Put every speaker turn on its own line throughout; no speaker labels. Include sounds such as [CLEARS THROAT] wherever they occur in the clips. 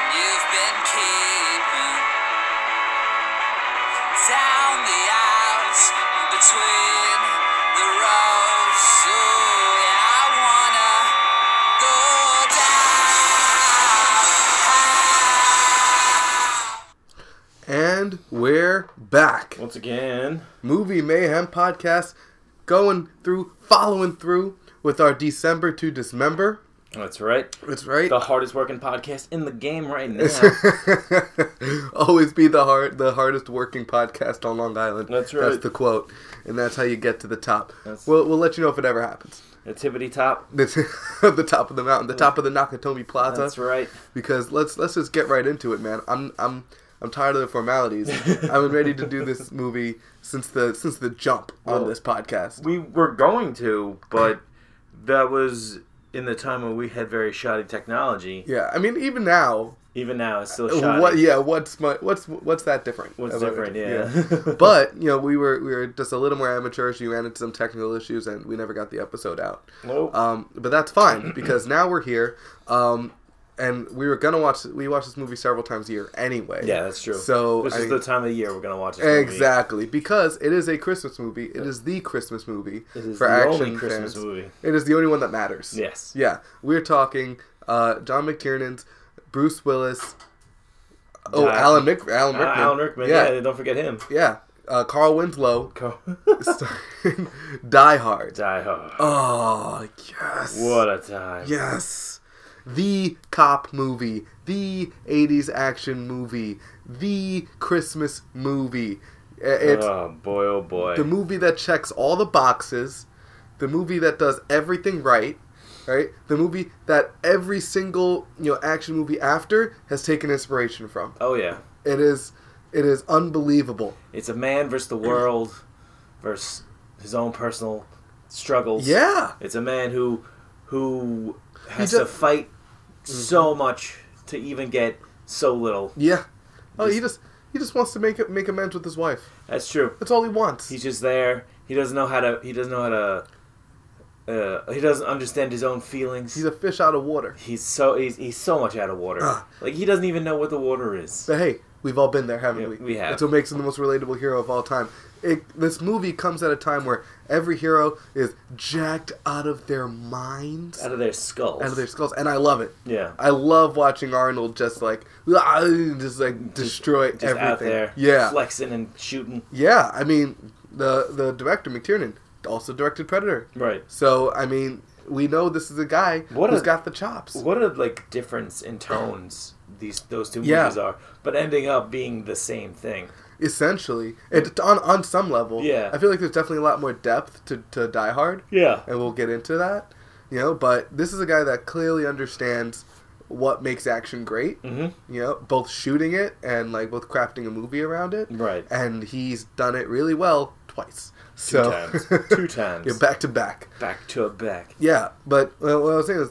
been keeping down the aisles in between the rows. Ooh, yeah, I wanna go down.
And we're back.
Once again,
Movie Mayhem Podcast going through, following through with our December to Dismember.
that's right.
That's right.
The hardest working podcast in the game right
[LAUGHS]
now.
Always be the hard, the hardest working podcast on Long Island.
That's
That's
right.
the quote, and that's how you get to the top.
That's-
We'll, we'll let you know if it ever happens.
the tippity top.
That's [LAUGHS] the top of the mountain, the top of the Nakatomi Plaza.
That's right.
Because let's let's just get right into it, man. I'm I'm I'm tired of the
[LAUGHS]
formalities. I've been ready to do this movie since the since the jump on
Well,
this podcast.
Oh, We were going to, but that was in the time when we had very shoddy technology.
Yeah, I mean, even now,
Even now, it's still shoddy.
what? Yeah, what's my, what's what's that different?
What's
about
different?
it?
Yeah. [LAUGHS]
but you know, we were we were just a little more amateurish. You ran into some technical issues, and we never got the episode out.
Nope.
Um, but that's
[CLEARS THROAT]
fine because now we're here, um, and we were gonna watch. We watch this movie several times a year anyway.
yeah, that's true.
So
this
I
is
mean-
the time of the year we're gonna watch this movie.
Exactly, because it is a Christmas movie. It is the Christmas movie
It is
for
the
action
only Christmas
fans.
movie.
It is the only one that matters.
Yes.
Yeah, we're talking uh, John McTiernan's, Bruce Willis. Oh,
Uh,
Alan, Rick- Alan
Uh,
Rickman.
Alan Rickman. Yeah.
Yeah, yeah.
don't forget
[LAUGHS]
him. [LAUGHS]
Uh, Carl Winslow, [LAUGHS]
Co-
starring [LAUGHS] Die Hard.
Die Hard.
Oh yes.
What a time.
Yes. The cop movie, the 80s action movie, the Christmas movie. I- It's
oh boy, oh boy.
the movie that checks all the boxes, the movie that does everything right, right? The movie that every single, you know, action movie after has taken inspiration from.
oh yeah,
It is it is unbelievable.
it's a man versus the world, versus his own personal struggles.
Yeah.
it's a man who who has
just-
to fight
Mm-hmm.
so much to even get so little.
Yeah. Oh, he just he just wants to make it, make amends with his wife.
That's true.
That's all he wants.
He's just there. He doesn't know how to. He doesn't know how to. Uh, he doesn't understand his own feelings.
He's a fish out of water.
He's so he's, he's so much out of water.
Ah.
Like he doesn't even know what the water is.
But hey, we've all been there, haven't
Yeah,
we?
we have.
That's what makes him the most relatable hero of all time. It, this movie comes at a time where every hero is jacked out of their minds,
Out of their skulls.
out of their skulls, and I love it.
yeah.
I love watching Arnold just like [LAUGHS] "Ah," just like destroy
Just
everything.
out there.
Yeah,
Flexing and shooting.
yeah. I mean, the the director McTiernan also directed Predator,
Right.
so I mean, we know this is a guy
What
who's
a-
got the chops.
What a like difference in tones these those two
Yeah.
movies are, but ending up being the same thing.
Essentially, it, on on some level,
Yeah.
I feel like there's definitely a lot more depth to to Die Hard.
Yeah.
and we'll get into that. You know, but this is a guy that clearly understands what makes action great.
Mm-hmm.
You know, both shooting it and like both crafting a movie around it.
Right.
And he's done it really well twice.
Two
So
times.
[LAUGHS]
Two times.
yeah, back to back.
back to back.
Yeah, but well, what I was saying is,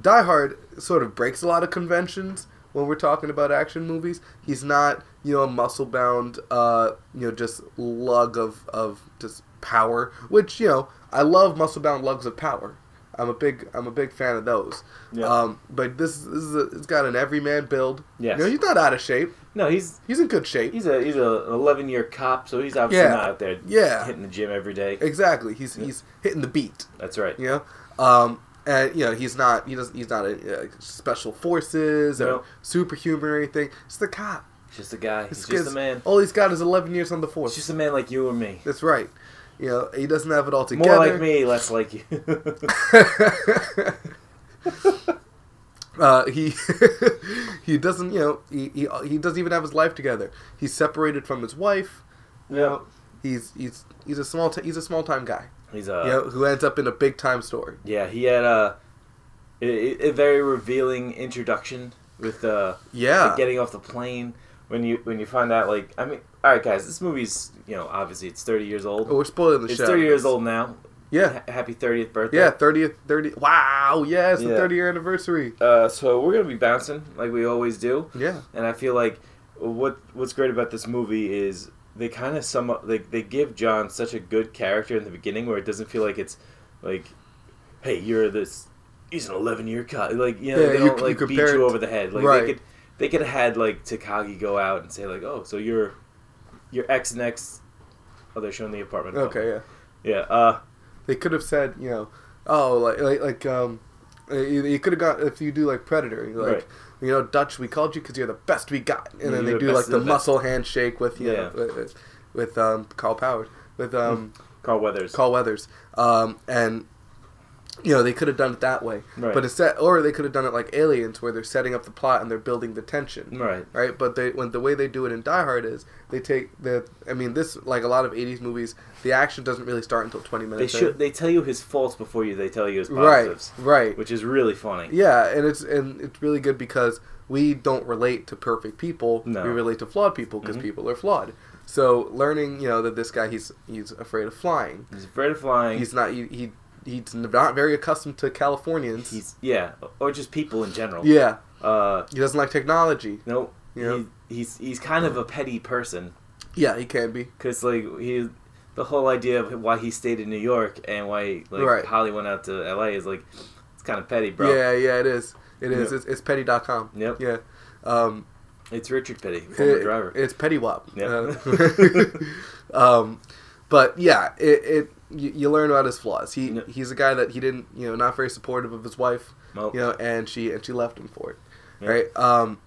Die Hard sort of breaks a lot of conventions when we're talking about action movies. He's not, you know, a muscle bound, uh, you know, just lug of of just power. Which you know, I love muscle bound lugs of power. I'm a big I'm a big fan of those.
Yeah.
Um, but this, this is a, it's got an everyman build.
Yes.
You know, he's not out of shape.
No, he's
He's in good shape.
he's a he's a eleven year cop, so he's obviously
Yeah.
not out there
Yeah.
hitting the gym every day.
exactly. He's he's hitting the beat.
That's right.
you know um and you know he's not he doesn't he's not a, a special forces or
No.
superhuman or anything he's the cop
He's just a guy. He's
This
just a
kid's-
man.
all he's got is 11 years on the
He's
force
just a man like you or me.
that's right you know he doesn't have it all together
More like me, less like you. [LAUGHS]
uh, he [LAUGHS] he doesn't you know he, he he doesn't even have his life together he's separated from his wife
no.
he's he's he's a small t- he's a small time guy
He's a
you know who ends up in a big time story
yeah. He had a, a a very revealing introduction with uh
yeah
like, getting off the plane when you when you find out like I mean all right guys this movie's you know obviously it's 30 years old
Oh, we're spoiling the
it's
show
30 years old now
yeah
Ha- happy 30th birthday
Yeah, thirtieth, thirty. Wow, yeah, it's the
Yeah.
thirty year anniversary.
uh, so we're gonna be bouncing like we always do
Yeah,
and I feel like what what's great about this movie is they kind of sum up like they give John such a good character in the beginning where it doesn't feel like it's like hey you're this he's an 11 year cop like you know
Yeah,
they
you
don't
c- you
like beat
compare it-
you over the head like
right.
they could they could have had like Takagi go out and say like, "Oh, so you're you're X and X." Oh, they're showing the apartment.
Okay, yeah.
Yeah. Uh,
They could have said, you know, oh, like like, like um, uh, you, you could have got if you do like Predator, you're like
Right.
you know, Dutch, we called you because you're the best we got, and then
You're
they
the
do
best
like
of
the
the best.
muscle handshake with you know,
Yeah. Hmm.
with, with um Carl Powers with um
Carl Weathers.
Carl Weathers, um and. You know they could have done it that way,
Right.
but instead, or they could have done it like Aliens, where they're setting up the plot and they're building the tension
Right.
right? But they when the way they do it in Die Hard is they take the I mean this like a lot of '80s movies the action doesn't really start until 20
They
minutes. in.
should. They tell you his faults before you. They tell you his
right,
positives,
right,
which is really funny.
yeah, and it's and it's really good because we don't relate to perfect people.
No.
We relate to flawed people because
Mhm.
people are flawed. So learning, you know, that this guy he's he's afraid of flying.
He's afraid of flying.
He's not he, he he's not very accustomed to Californians.
He's yeah, or just people in general.
yeah,
Uh,
he doesn't like technology.
no,
Yeah.
he, he's he's kind of a petty person
Yeah, he can be.
because like he, the whole idea of why he stayed in New York and why like
Right.
Holly went out to L.A. is like it's kind of petty, bro.
Yeah, yeah, it is. It is.
Yep.
It's, it's petty.com.
Yep.
Yeah. Um,
It's Richard Petty, former
It-
driver.
It's Petty Wop.
Yeah.
Uh, [LAUGHS] um, but yeah, it, it you, you learn about his flaws. He
Yeah.
he's a guy that he didn't you know not very supportive of his wife.
Nope.
You know, and she and she left him for it.
Yeah.
Right. Um,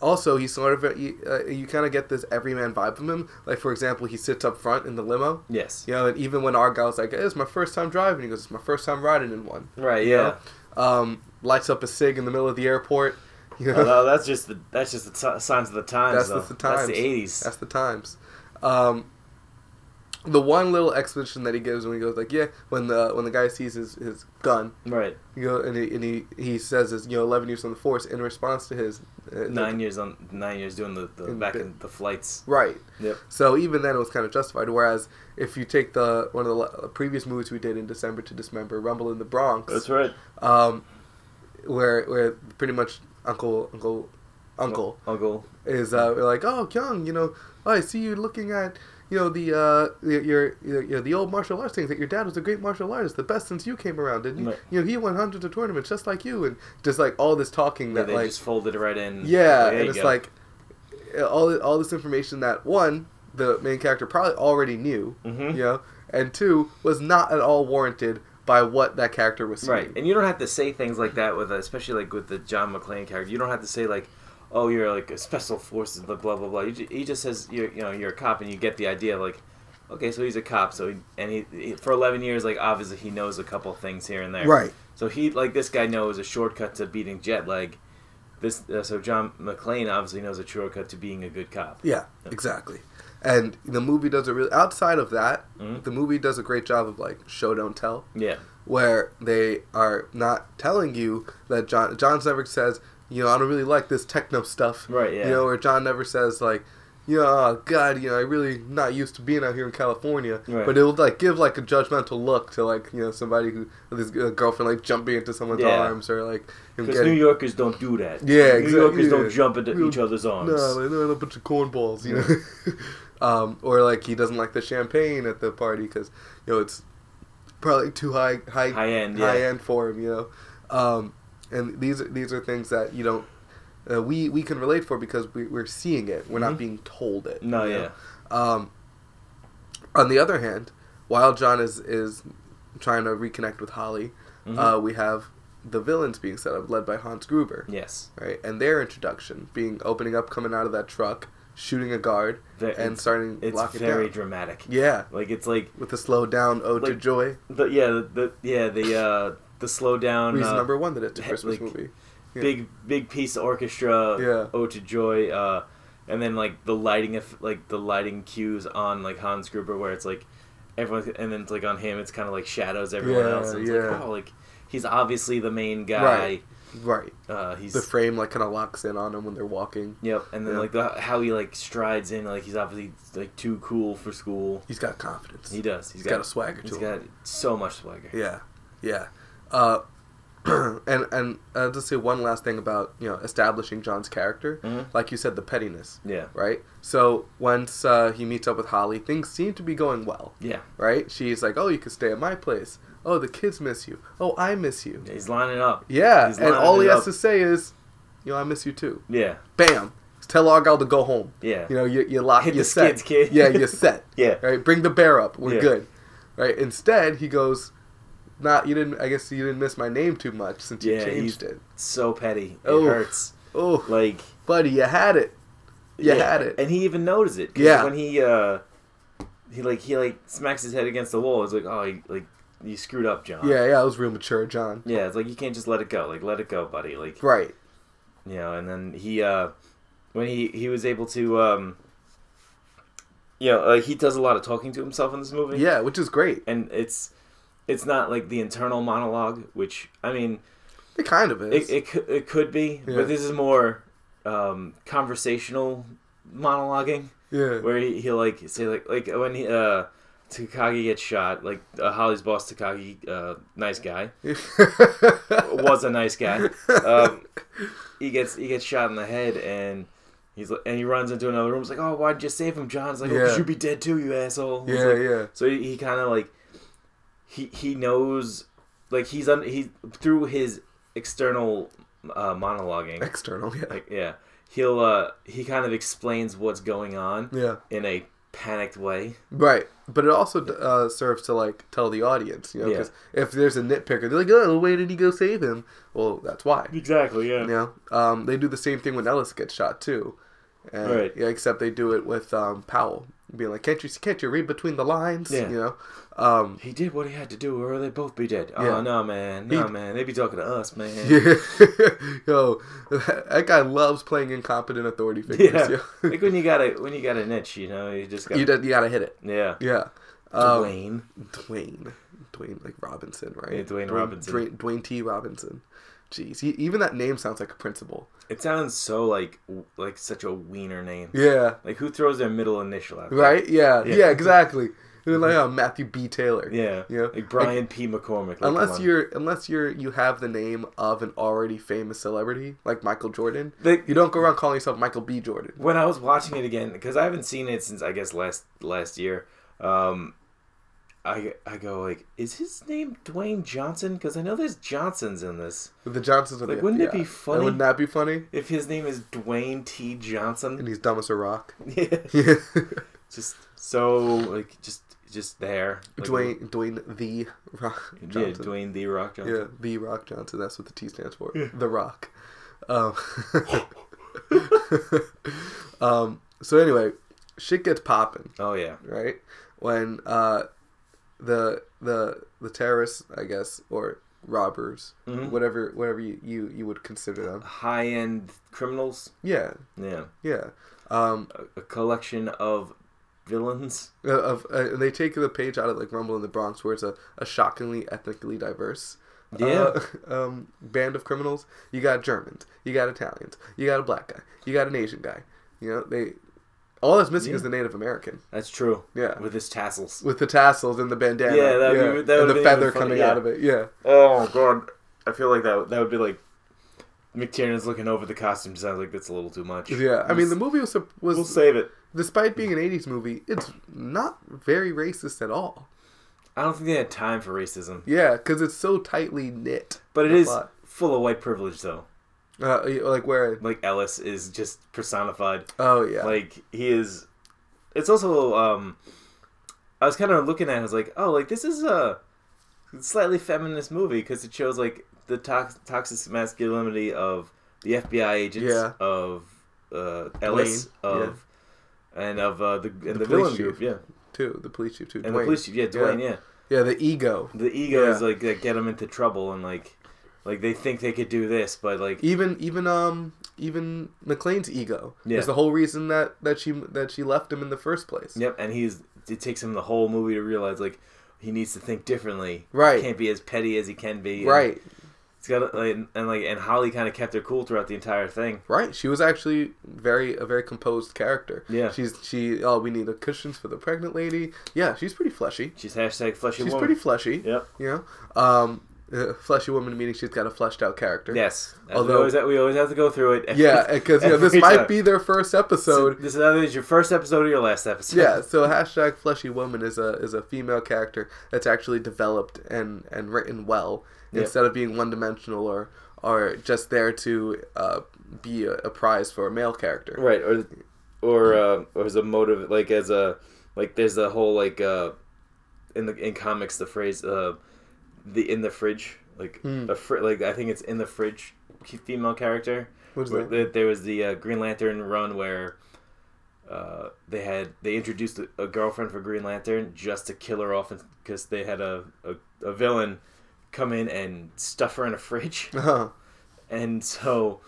also, he's sort of a, you, uh, you kind of get this everyman vibe from him. Like for example, he sits up front in the limo.
Yes.
You know, and even when Argyle's like, "It's my first time driving," he goes, "It's my first time riding in one."
Right.
You
Yeah. [LAUGHS]
know? Um, lights up a cig in the middle of the airport. [LAUGHS] You know?
Although that's just the that's just the t- signs of the times.
That's
though.
the
That's
times.
the eighties.
That's the times. Um, the one little explanation that he gives when he goes like, yeah, when the when the guy sees his, his gun,
Right.
you know, and he and he, he says is you know eleven years on the force in response to his uh,
Nine years on nine years doing the, the
In
back
bit.
in the flights.
right.
Yep.
So even then it was kind of justified. Whereas if you take the one of the le- previous movies we did in December to Dismember, Rumble in the Bronx,
That's right.
um, where where pretty much Uncle Uncle Uncle
Uncle.
is uh, we're like, oh, Kyung, you know, oh, I see you looking at, you know, the uh, your, your, your, your the old martial arts things that your dad was a great martial artist, the best since you came around, didn't he?
Right.
You know, he won hundreds of tournaments just like you, and just like all this talking
Yeah,
that
they
like,
just folded it right in.
[LAUGHS] yeah,
There you
and it's
go.
like uh, all all this information that one the main character probably already knew,
Mhm.
you know, and two was not at all warranted by what that character was seeing.
Right, and you don't have to say things like that with, especially like with the John McClane character. You don't have to say like, "Oh, you're like a special forces," blah blah blah. blah. You ju- he just says, "You're you know you're a cop," and you get the idea of like, okay, so he's a cop. So he, and he, he for eleven years, like obviously he knows a couple things here and there.
Right.
So he like this guy knows a shortcut to beating jet lag. This uh, so John McClane obviously knows a shortcut to being a good cop.
Yeah, exactly. And the movie does a really outside of that,
Mhm.
the movie does a great job of like show don't tell,
Yeah.
where they are not telling you that John John never says, you know, I don't really like this techno stuff,
Right, yeah.
You know, or John never says like, you know, oh, God, you know, I really not used to being out here in California,
Right.
but it will like give like a judgmental look to like you know somebody who this uh, girlfriend like jumping into someone's
Yeah.
arms or like him
Because New
getting-
Yorkers don't do that.
Yeah,
New Yorkers
exactly, yeah.
don't jump into
We'll-
each other's arms.
No, like, they're a bunch of cornballs, you know. [LAUGHS] um, or like he doesn't like the champagne at the party because you know it's probably too high, high,
High end,
high
yeah.
end for him, you know. Um, and these are these are things that you don't. Uh, we we can relate for because we, we're seeing it. We're not
Mhm.
being told it.
No,
you know?
yeah.
Um, on the other hand, while John is is trying to reconnect with Holly,
Mhm.
uh, we have the villains being set up, led by Hans Gruber
Yes.
right? And their introduction being opening up, coming out of that truck, shooting a guard,
Ve-
and
it's-
starting
It's
locking
very
down.
dramatic.
yeah,
Like it's like
with the slow down ode to
Like,
joy.
the yeah the, the yeah the uh the slowdown
Reason
uh,
number one that it's a
he-
Christmas
like,
movie. yeah.
big big piece of orchestra
Yeah.
Ode to Joy uh and then like the lighting of like the lighting cues on like Hans Gruber where it's like everyone and then it's like on him it's kind of like shadows everyone
Yeah,
else and it's
yeah.
like oh like he's obviously the main guy
Right. Right,
uh he's
the frame like kind of locks in on them when they're walking.
yep and then
Yeah.
like the how he like strides in like he's obviously like too cool for school
He's got confidence.
he does
he's got, a swagger
he's
to him.
got so much swagger
Yeah, yeah. Uh, [CLEARS THROAT] and and I'll just say one last thing about you know establishing John's character,
Mhm.
like you said, the pettiness.
yeah
Right. So once uh, he meets up with Holly, things seem to be going well.
yeah
right? She's like, "Oh, you can stay at my place. Oh, the kids miss you. Oh, I miss you."
he's lining up
Yeah,
He's
and
lining
all he
it
has
up.
to say is, you know, I miss you too.
Yeah.
Bam. Tell Argyle to go home.
Yeah.
You know, you you lock
Hit
you're
the
set.
skids, kid.
Yeah,
[LAUGHS]
you're set.
Yeah.
Right? Bring the bear up. We're
Yeah.
good. Right? Instead, he goes, "Not you didn't I guess you didn't miss my name too much since you
Yeah,
changed
he's-
it."
So petty. It
Oof.
hurts.
Oh,
Like
buddy, you had it. You had it.
And he even noticed it. 'cause
Yeah.
When he uh, he like he like smacks his head against the wall. It's like oh, he, like you screwed up, John.
Yeah, yeah, it was real mature, John.
Uh, Yeah. It's like you can't just let it go. Like let it go, buddy. Like
Right.
you know. And then he uh, when he he was able to um, you know, uh, he does a lot of talking to himself in this movie.
Yeah, which is great.
And it's it's not like the internal monologue, which I mean.
It kind of is.
It, it, cou- it could be,
Yeah.
but this is more um, conversational monologuing,
yeah. [LAUGHS]
where he, he'll like say like like when he, uh, Takagi gets shot, like uh, Holly's boss Takagi, uh, nice guy, was a
[LAUGHS]
nice guy. Um, he gets he gets shot in the head and. He's like, and he runs into another room. He's like, "Oh, why did you save him, John?" It's like, "Oh,
Yeah.
'cause you'd be dead too, you asshole." It's
Yeah,
like-
yeah.
So he, he kind of like, he he knows, like he's un, he through his external uh,
[LAUGHS]
monologuing,
External, yeah.
like yeah he'll uh he kind of explains what's going on
Yeah.
in a panicked way
Right, but it also uh, serves to like tell the audience, you know,
Yeah.
because if there's a nitpicker, they're like, "Oh, why did he go save him?" Well, that's why.
exactly yeah
You know, um, they do the same thing when Ellis gets shot too, and,
Right.
yeah, except they do it with um, Powell being like, "Can't you can't you read between the lines?"
Yeah.
You know, um, [LAUGHS]
he did what he had to do or they'd both be dead
Yeah.
oh no man no
He-
man they'd be talking to us man
[LAUGHS] yeah, yo, [LAUGHS] that guy loves playing incompetent authority figures.
[LAUGHS] Yeah.
yo.
[LAUGHS]
[LAUGHS]
like when you got a when you got a niche you know you just got
you, did, you gotta hit it.
yeah
Yeah, um,
Dwayne
Dwayne, Dwayne like Robinson, right?
Yeah, Dwayne Robinson.
Dwayne, Dwayne T. Robinson. Jeez, he, even that name sounds like a principal.
it sounds so like w- like such a wiener name
Yeah,
like who throws their middle initial out there?
right. Yeah, yeah,
Yeah.
exactly. And then, like oh, Matthew B. Taylor.
yeah
Yeah.
like Brian P McCormick like, come
Unless
on.
you're unless you're you have the name of an already famous celebrity like Michael Jordan,
Like-
you don't go around calling yourself Michael B. Jordan.
when I was watching it again because I haven't seen it since I guess last last year. Um, I I go like, is his name Dwayne Johnson? Because I know there's Johnsons in this.
The Johnsons. Are
Like,
the
wouldn't it
FBI.
be funny?
Wouldn't that be funny?
If his name is Dwayne T
And [LAUGHS]
Johnson, [LAUGHS]
he's dumb as a rock.
yeah,
Yeah.
just so like just just there. Like,
Dwayne Dwayne the Rock
yeah,
Johnson.
Dwayne the Rock Johnson.
Yeah, The Rock Johnson. That's what the T stands for. The Rock. Um, um, so anyway, shit gets popping,
Oh yeah,
right? When uh, the the the terrorists, I guess, or robbers, whatever whatever you, you you would consider them.
high end criminals.
Yeah,
Yeah,
yeah. Um,
a, a collection of villains.
uh, of uh, they take the page out of like Rumble in the Bronx, where it's a, a shockingly ethnically diverse
Yeah.
uh, [LAUGHS] um, band of criminals. You got Germans, you got Italians, you got a black guy, you got an Asian guy. You know they all that's missing is the Native American
That's true.
Yeah.
with his tassels.
with the tassels and the bandana,
Yeah, that would be- that would
and the
be
feather
funny,
coming
yeah.
out of it. Yeah,
Oh god, I feel like that that would be like McTiernan's looking over the costume design like that's a little too much.
yeah. I mean the movie was sup- was
we'll save it.
despite being an '80s movie, it's not very racist at all.
I don't think they had time for racism,
Yeah, because it's so tightly knit.
but it
the
is
plot.
full of white privilege though.
uh, like where
Like Ellis is just personified.
oh yeah
Like he is. It's also um, I was kind of looking at. it, I was like, oh, like this is a slightly feminist movie because it shows like the tox- toxic masculinity of the FBI agents
Yeah.
of uh, Ellis
Blaine,
of. And of uh, the and the,
police
villain
chief.
group, yeah,
too the police chief too
and
Dwayne.
the police chief, yeah, Dwayne, yeah.
yeah the ego
The ego
Yeah.
is like that get them into trouble and like, like they think they could do this, but like,
even even um even McLean's ego
Yeah.
is the whole reason that that she that she left him in the first place.
yep. And he's it takes him the whole movie to realize like he needs to think differently.
Right.
can't be as petty as he can be. and
Right,
it's got like, and, and like and Holly kind of kept her cool throughout the entire thing.
right. She was actually very a very composed character.
Yeah.
she's she. Oh, we need a cushions for the pregnant lady. Yeah, she's pretty fleshy.
She's hashtag fleshy
She's
woman.
pretty fleshy.
Yep.
You know, um, uh, fleshy woman meaning she's got a fleshed out character.
Yes. As we
Although-
always, we always have to go through it. [LAUGHS]
yeah, because you know, this
Every
might
time.
be their first
So
episode.
this is either your first episode or your last episode. [LAUGHS]
Yeah, so hashtag fleshy woman is a is a female character that's actually developed and and written well
Yep.
instead of being one dimensional or or just there to uh, be a, a prize for a male character.
right or or uh, or as a motive like as a like there's the whole like uh in the in comics the phrase uh the in the fridge like
Hmm.
a fr- like i think it's in the fridge c- female character
What is
where
that?
th- there was the uh, green lantern run where uh, they had they introduced a, a girlfriend for Green Lantern just to kill her off because they had a, a, a villain come in and stuff her in
[LAUGHS]
a fridge,
Uh-huh.
and so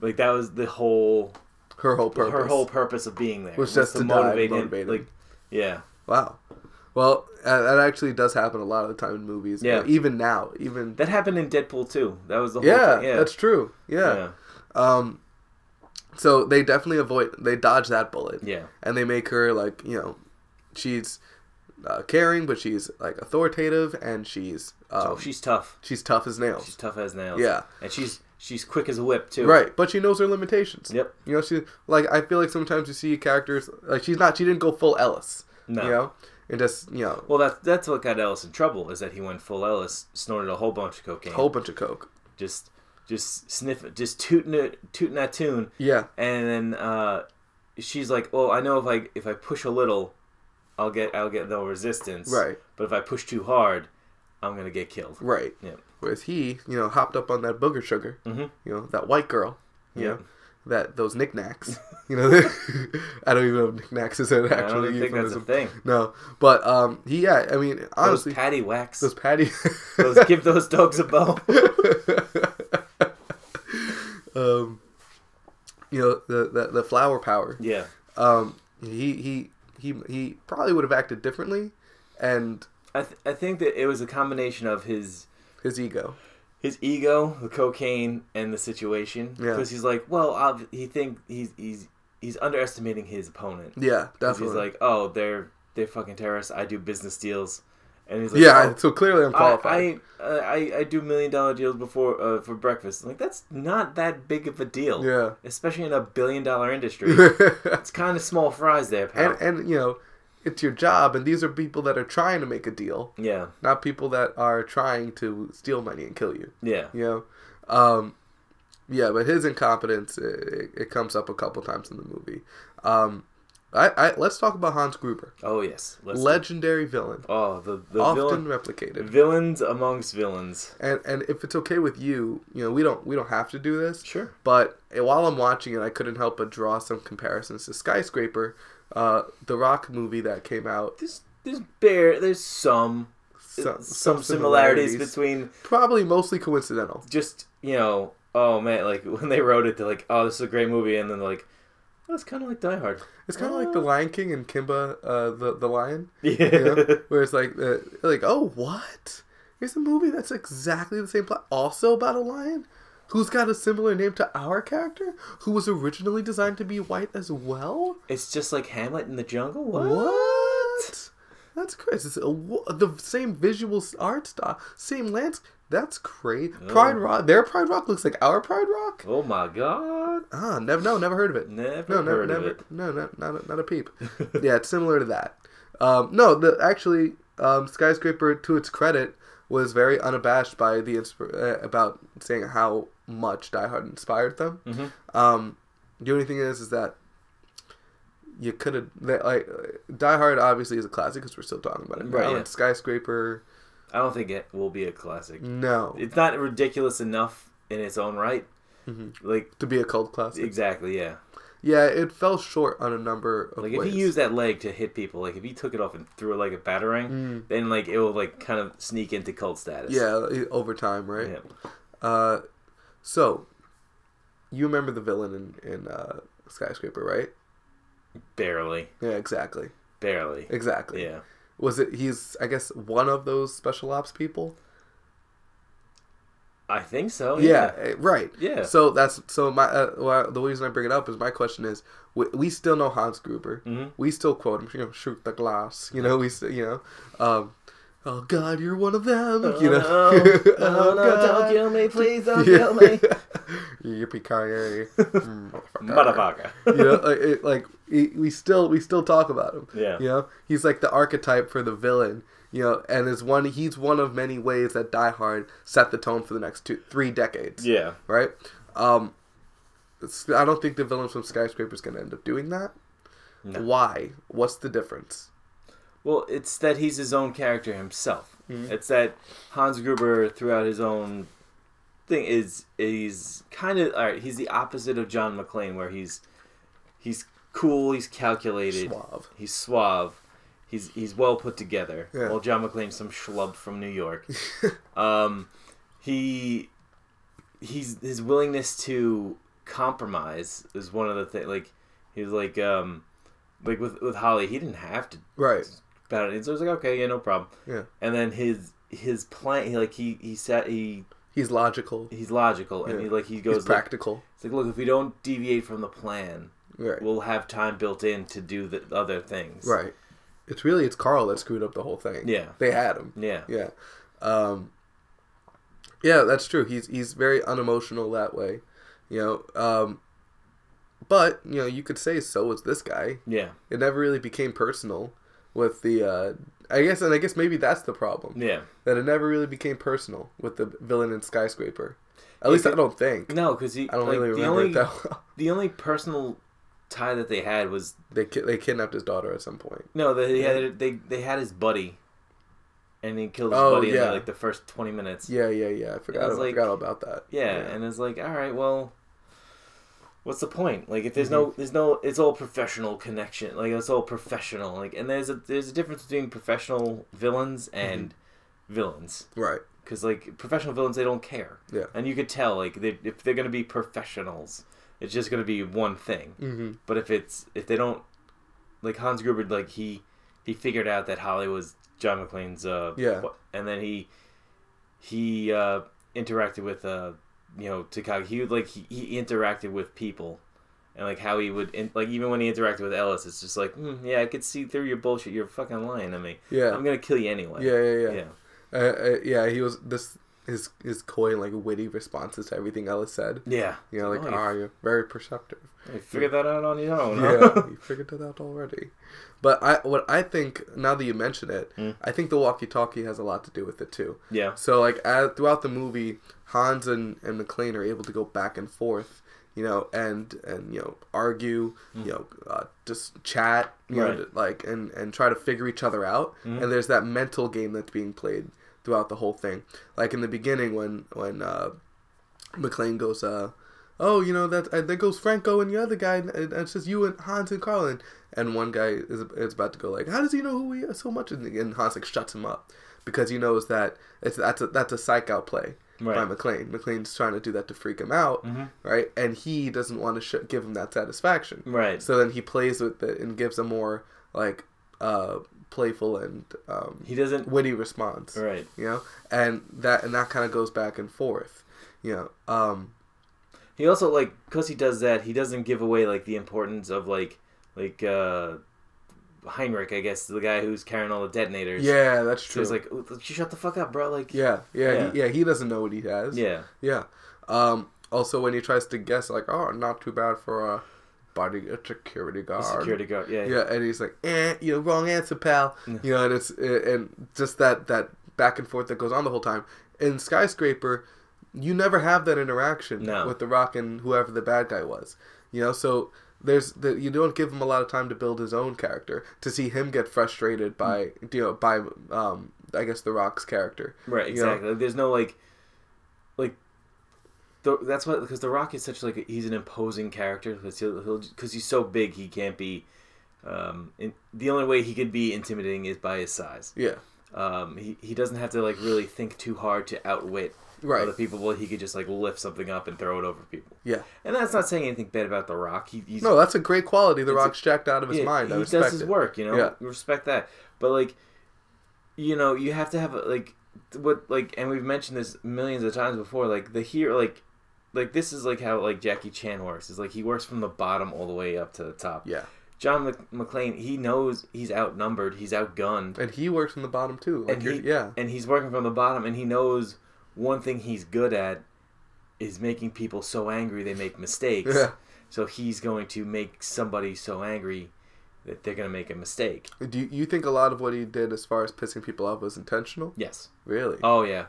like that was the whole
Her whole purpose.
her whole purpose of being there
Was just to die, motivate him.
Like, yeah,
Wow. Well, uh, that actually does happen a lot of the time in movies.
Yeah.
Uh, Even now, even
that happened in Deadpool too. That was the whole
yeah,
thing. yeah,
that's true.
yeah,
Yeah. Um. So they definitely avoid. They dodge that bullet.
yeah,
And they make her like you know, she's uh, caring, but she's like authoritative, and she's um,
oh, she's tough.
she's tough as nails.
She's tough as nails.
Yeah.
and she's she's quick as a whip too.
Right, but she knows her limitations.
Yep.
You know, she like I feel like sometimes you see characters like she's not she didn't go full Ellis.
No.
You know? And just you know,
Well, that's that's what got Ellis in trouble is that he went full Ellis, snorted a whole bunch of cocaine,
a whole bunch of coke.
just just sniffing, just tooting it, tooting that tune,
Yeah.
and then uh, she's like, "Well, I know if I if I push a little, I'll get I'll get no resistance,
Right.
But if I push too hard, I'm gonna get killed,
Right.
Yep.
Whereas he, you know, hopped up on that booger sugar.
Mhm.
You know, that white girl. You
Yeah.
know, that those knickknacks. [LAUGHS] you know, I don't even know if knickknacks is an
I don't
actual
even think that's a
euphemism.
thing.
No, but um, he yeah, I mean, honestly,
those patty whacks.
those patty,
[LAUGHS]
[LAUGHS]
Those, give those dogs a bone.
um, you know, the the, the flower power.
yeah.
um, he he he he probably would have acted differently, and
I, th- I think that it was a combination of his
his ego.
his ego, the cocaine, and the situation.
Yeah.
Because he's like, well, ob- he think he's he's he's underestimating his opponent.
Yeah,
'Cause
definitely.
He's like, oh, they're they're fucking terrorists. I do business deals, and he's like,
yeah,
"Oh,
so clearly I'm qualified.
I I, uh, I I do million dollar deals before uh, for breakfast. Like that's not that big of a deal.
Yeah.
Especially in a billion
[LAUGHS]
dollar industry. it's kind of small fries there, pal.
and and you know, it's your job, and these are people that are trying to make a deal,
yeah.
not people that are trying to steal money and kill you.
Yeah.
You know, um, yeah, but his incompetence it, it comes up a couple times in the movie. Um, I, I let's talk about Hans Gruber,
Oh yes. Let's
legendary villain,
oh the the
often
villain,
replicated.
villains amongst villains.
and and if it's okay with you, you know, we don't we don't have to do this.
Sure.
But eh, while I'm watching it, I couldn't help but draw some comparisons to Skyscraper, uh, the Rock movie that came out.
There's there's bare there's some
Some,
some, similarities, between
probably mostly coincidental.
just you know oh man like [LAUGHS] when they wrote it they're like oh this is a great movie and then they're like oh, it's kind of like Die Hard. [LAUGHS]
It's kind of
Oh.
like The Lion King and Kimba, uh, the the lion.
Yeah.
You
[LAUGHS]
know? Where it's like, uh, like, oh, what? Here's a movie that's exactly the same plot, also about a lion, who's got a similar name to our character, who was originally designed to be white as well.
It's just like Hamlet in the jungle. What?
What? That's crazy. It's a wo- the same visual s- art style, same lens. That's great. Pride
Oh.
Rock. Their Pride Rock looks like our Pride Rock.
Oh my god.
Ah, never. No, never heard of it.
Never
No, never,
heard
never.
of it.
No, not not a, not a
[LAUGHS]
peep. yeah, it's similar to that. Um, no, the actually, um, skyscraper to its credit was very unabashed by the insp- uh, about saying how much Die Hard inspired them.
Mm-hmm.
Um, the only thing is, is that you could have like uh, Die Hard obviously is a classic because we're still talking about it. Now,
Right, yeah.
and skyscraper,
I don't think it will be a classic.
no,
It's not ridiculous enough in its own right. Like
to be a cult classic.
exactly, yeah.
yeah, it fell short on a number of
Like
ways.
if he used that leg to hit people, like if he took it off and threw it like a batarang, then like it will like kind of sneak into cult status.
Mm. yeah, i- over time, right?
Yeah.
Uh, so you remember the villain in, in uh, skyscraper, right?
Barely.
Yeah, exactly,
Barely.
exactly.
Yeah.
Was it? He's I guess one of those special ops people.
I think so.
yeah,
Yeah.
eh, right.
Yeah.
So that's so my uh, well, the reason I bring it up is my question is we, we still know Hans Gruber.
Mhm.
We still quote him. You know, shoot the glass. You know, we still, you know, um, oh God, you're one of them. you know,
Oh, no.
[LAUGHS]
Oh, no,
God.
don't kill me, please don't
Yeah. [LAUGHS]
kill me.
Yippee-ki-yay.
Motherfucker.
[LAUGHS] you
[LAUGHS]
know, like, it, like it, we still we still talk about him.
Yeah.
you know, he's like the archetype for the villain. You know, and is one he's one of many ways that Die Hard set the tone for the next two three decades.
yeah.
right. Um, It's- I don't think the villain from Skyscraper is going to end up doing that.
No.
Why? What's the difference?
Well, it's that he's his own character himself.
Mm.
It's that Hans Gruber throughout his own thing is he's kind of all right. He's the opposite of John McClane, where he's he's cool, he's calculated,
Suave.
he's suave, he's he's well put together.
Yeah.
Well, John McClane's some schlub from
[LAUGHS]
New York. um, he he's his willingness to compromise is one of the things. Like he was like um like with with Holly, he didn't have to
Right.
about it. And so I was like, okay, yeah, no problem.
Yeah.
And then his his plan, he, like he he sat he
He's logical.
he's logical and
Yeah.
he like he
He's
goes like,
practical.
it's like, look, if we don't deviate from the plan,
Right.
we'll have time built in to do the other things.
Right. It's really it's Carl that screwed up the whole thing.
Yeah.
They had him.
Yeah.
Yeah. Um, yeah, that's true. He's he's very unemotional that way. You know, um, but you know, you could say so was this guy.
Yeah.
It never really became personal with the uh I guess and I guess maybe that's the problem.
Yeah.
That it never really became personal with the villain in Skyscraper. At
Yeah,
least I
but-
don't think.
No, because he
I don't
like,
really
the
remember
only
it that well. [LAUGHS]
the only personal tie that they had was
they ki- they kidnapped his daughter at some point.
no they had they they had his buddy, and he killed his
Oh,
buddy in
yeah.
the, like the first twenty minutes.
Yeah, yeah, yeah. I forgot.
was
I
like-
forgot all about that.
Yeah, and it's like, all right, well, what's the point? Like, if there's
Mhm.
no, there's no, it's all professional connection. Like, it's all professional. Like, and there's a there's a difference between professional villains and
Mm-hmm.
villains.
right.
Because like professional villains, they don't care.
Yeah.
and you could tell like they, if they're gonna be professionals, it's just gonna be one thing.
Mm-hmm.
But if it's if they don't, like Hans Gruber, like he he figured out that Holly was John McClane's. Uh,
Yeah.
wh- and then he he uh, interacted with uh, you know Takagi. He would like he, he interacted with people. And like how he would, in, like even when he interacted with Ellis, it's just like, mm, yeah, I could see through your bullshit. You're fucking lying to me.
Yeah.
I'm gonna kill you anyway.
Yeah, yeah, yeah.
yeah.
Uh, uh, yeah, he was this his his coy and like witty responses to everything Ellis said.
Yeah.
You know, like
Oh, you-
ah, you're very perceptive.
you figured that out on your own.
Yeah,
huh?
you figured that out already. But I what I think now that you mention it, I think the walkie-talkie has a lot to do with it too.
[LAUGHS] yeah.
So like as, throughout the movie, Hans and and McLean are able to go back and forth, you know, and and you know argue, you know, uh, just chat, you
Mm. Right. Mm-hmm.
know, like and and try to figure each other out. And there's that mental game that's being played throughout the whole thing. Like in the beginning when when uh, McLean goes, uh, oh, you know that uh, there goes Franco and the other guy, and, and it's just you and Hans and Carlin. And one guy is, is about to go like, how does he know who we are so much? And, and Hans like shuts him up because he knows that it's that's a that's a psych out play by
Right. Mm-hmm.
McLean. McLean's trying to do that to freak him out, right? And he doesn't want to sh- give him that satisfaction,
Right.
So then he plays with it and gives a more like uh, playful and um,
He doesn't.
witty response
Right.
you know and that and that kind of goes back and forth you know um
He also like because he does that. He doesn't give away like the importance of like like uh Heinrich, I guess, the guy who's carrying all the detonators.
yeah that's
So
true
he's like, "Ooh, you shut the fuck up, bro. Like.
yeah yeah yeah.
Yeah.
He, yeah he doesn't know what he has
Yeah.
yeah um also when he tries to guess like oh not too bad for a body a security
The
guard
security guard. Yeah.
yeah and he's like eh you know wrong answer pal you know and it's eh, and just that that back and forth that goes on the whole time in skyscraper you never have that interaction
No.
with the rock and whoever the bad guy was you know so there's the, you don't give him a lot of time to build his own character to see him get frustrated by you know by um i guess the rock's character
Right.
you know?
Exactly. Like, there's no like like. The, that's what because the Rock is such like a, he's an imposing character because he'll he'll because he's so big he can't be. Um, in, the only way he can be intimidating is by his size.
yeah
um, he, he doesn't have to like really think too hard to outwit
Right.
other people. Well, he could just like lift something up and throw it over people.
yeah
And that's not saying anything bad about The Rock. He, he's
no that's a great quality the
It's a-
rock's jacked out of his
yeah,
mind i
he
respect
does his
it
work, you know.
Yeah.
Respect that. But like, you know, you have to have like what like, and we've mentioned this millions of times before. Like the hero, like like this is like how like Jackie Chan works. Is like he works from the bottom all the way up to the top.
yeah
John Mc- McClane, he knows he's outnumbered, he's outgunned,
and he works from the bottom too like
and
you're,
he,
yeah
and he's working from the bottom and he knows one thing he's good at is making people so angry they make mistakes
Yeah.
so he's going to make somebody so angry that they're going to make a mistake
Do you, you think a lot of what he did as far as pissing people off was intentional?
yes
Really?
oh yeah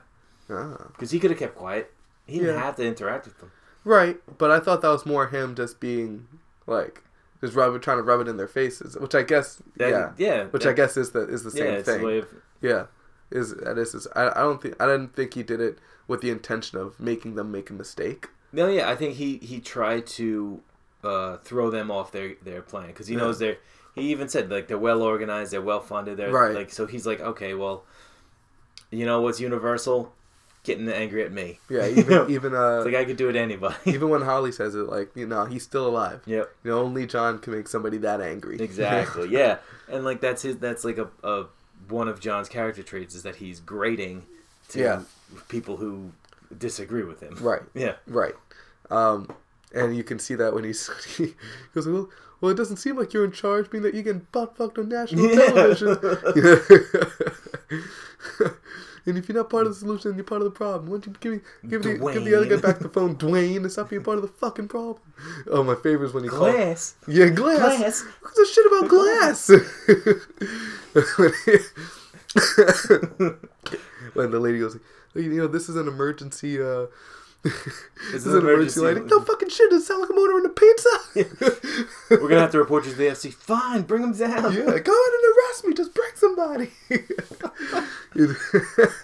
Ah.
because he could have kept quiet he didn't
Yeah.
have to interact with them
Right, but I thought that was more him just being like just rub trying to rub it in their faces, which I guess
That-
yeah,
yeah,
which I
that-
guess is the is the
Yeah,
same
it's
thing.
a way of
yeah, is that is, is I, I don't think I didn't think he did it with the intention of making them make a mistake.
No, yeah, I think he he tried to uh, throw them off their their plan because he knows they're. He even said like they're well organized, they're well funded, they're
Right.
like so he's like okay, well, you know what's universal? Getting angry at me. [LAUGHS]
Yeah,
You know?
even even uh
It's like I could do it to anybody.
even when Holly says it, like you know he's still alive.
[LAUGHS] yep,
You know, only John can make somebody that angry.
exactly. yeah, and like that's his. That's like a, a one of John's character traits is that he's grating to
Yeah.
people who disagree with him.
[LAUGHS] right.
Yeah.
Right. Um, and you can see that when he's [LAUGHS] he goes, well, well, it doesn't seem like you're in charge, meaning that you get butt fucked on national
Yeah. [LAUGHS]
television. and if you're not part of the solution, you're part of the problem. Why don't you give me, give the, give the other guy
Dwayne.
back the phone, Dwayne, and stop being part of the fucking problem. Oh, my favorite is when he calls.
Glass.
Yeah, glass.
Glass.
What's the shit about glass? [LAUGHS] when the lady goes, like, "Oh, you know, this is an emergency. Uh, [LAUGHS] this is an emergency, lighting. No fucking shit. Does it sound like I'm ordering a pizza?
We're gonna have to report you to the FC. Fine, bring him
[LAUGHS]
down.
yeah, [LAUGHS] go ahead and arrest me. Just break somebody.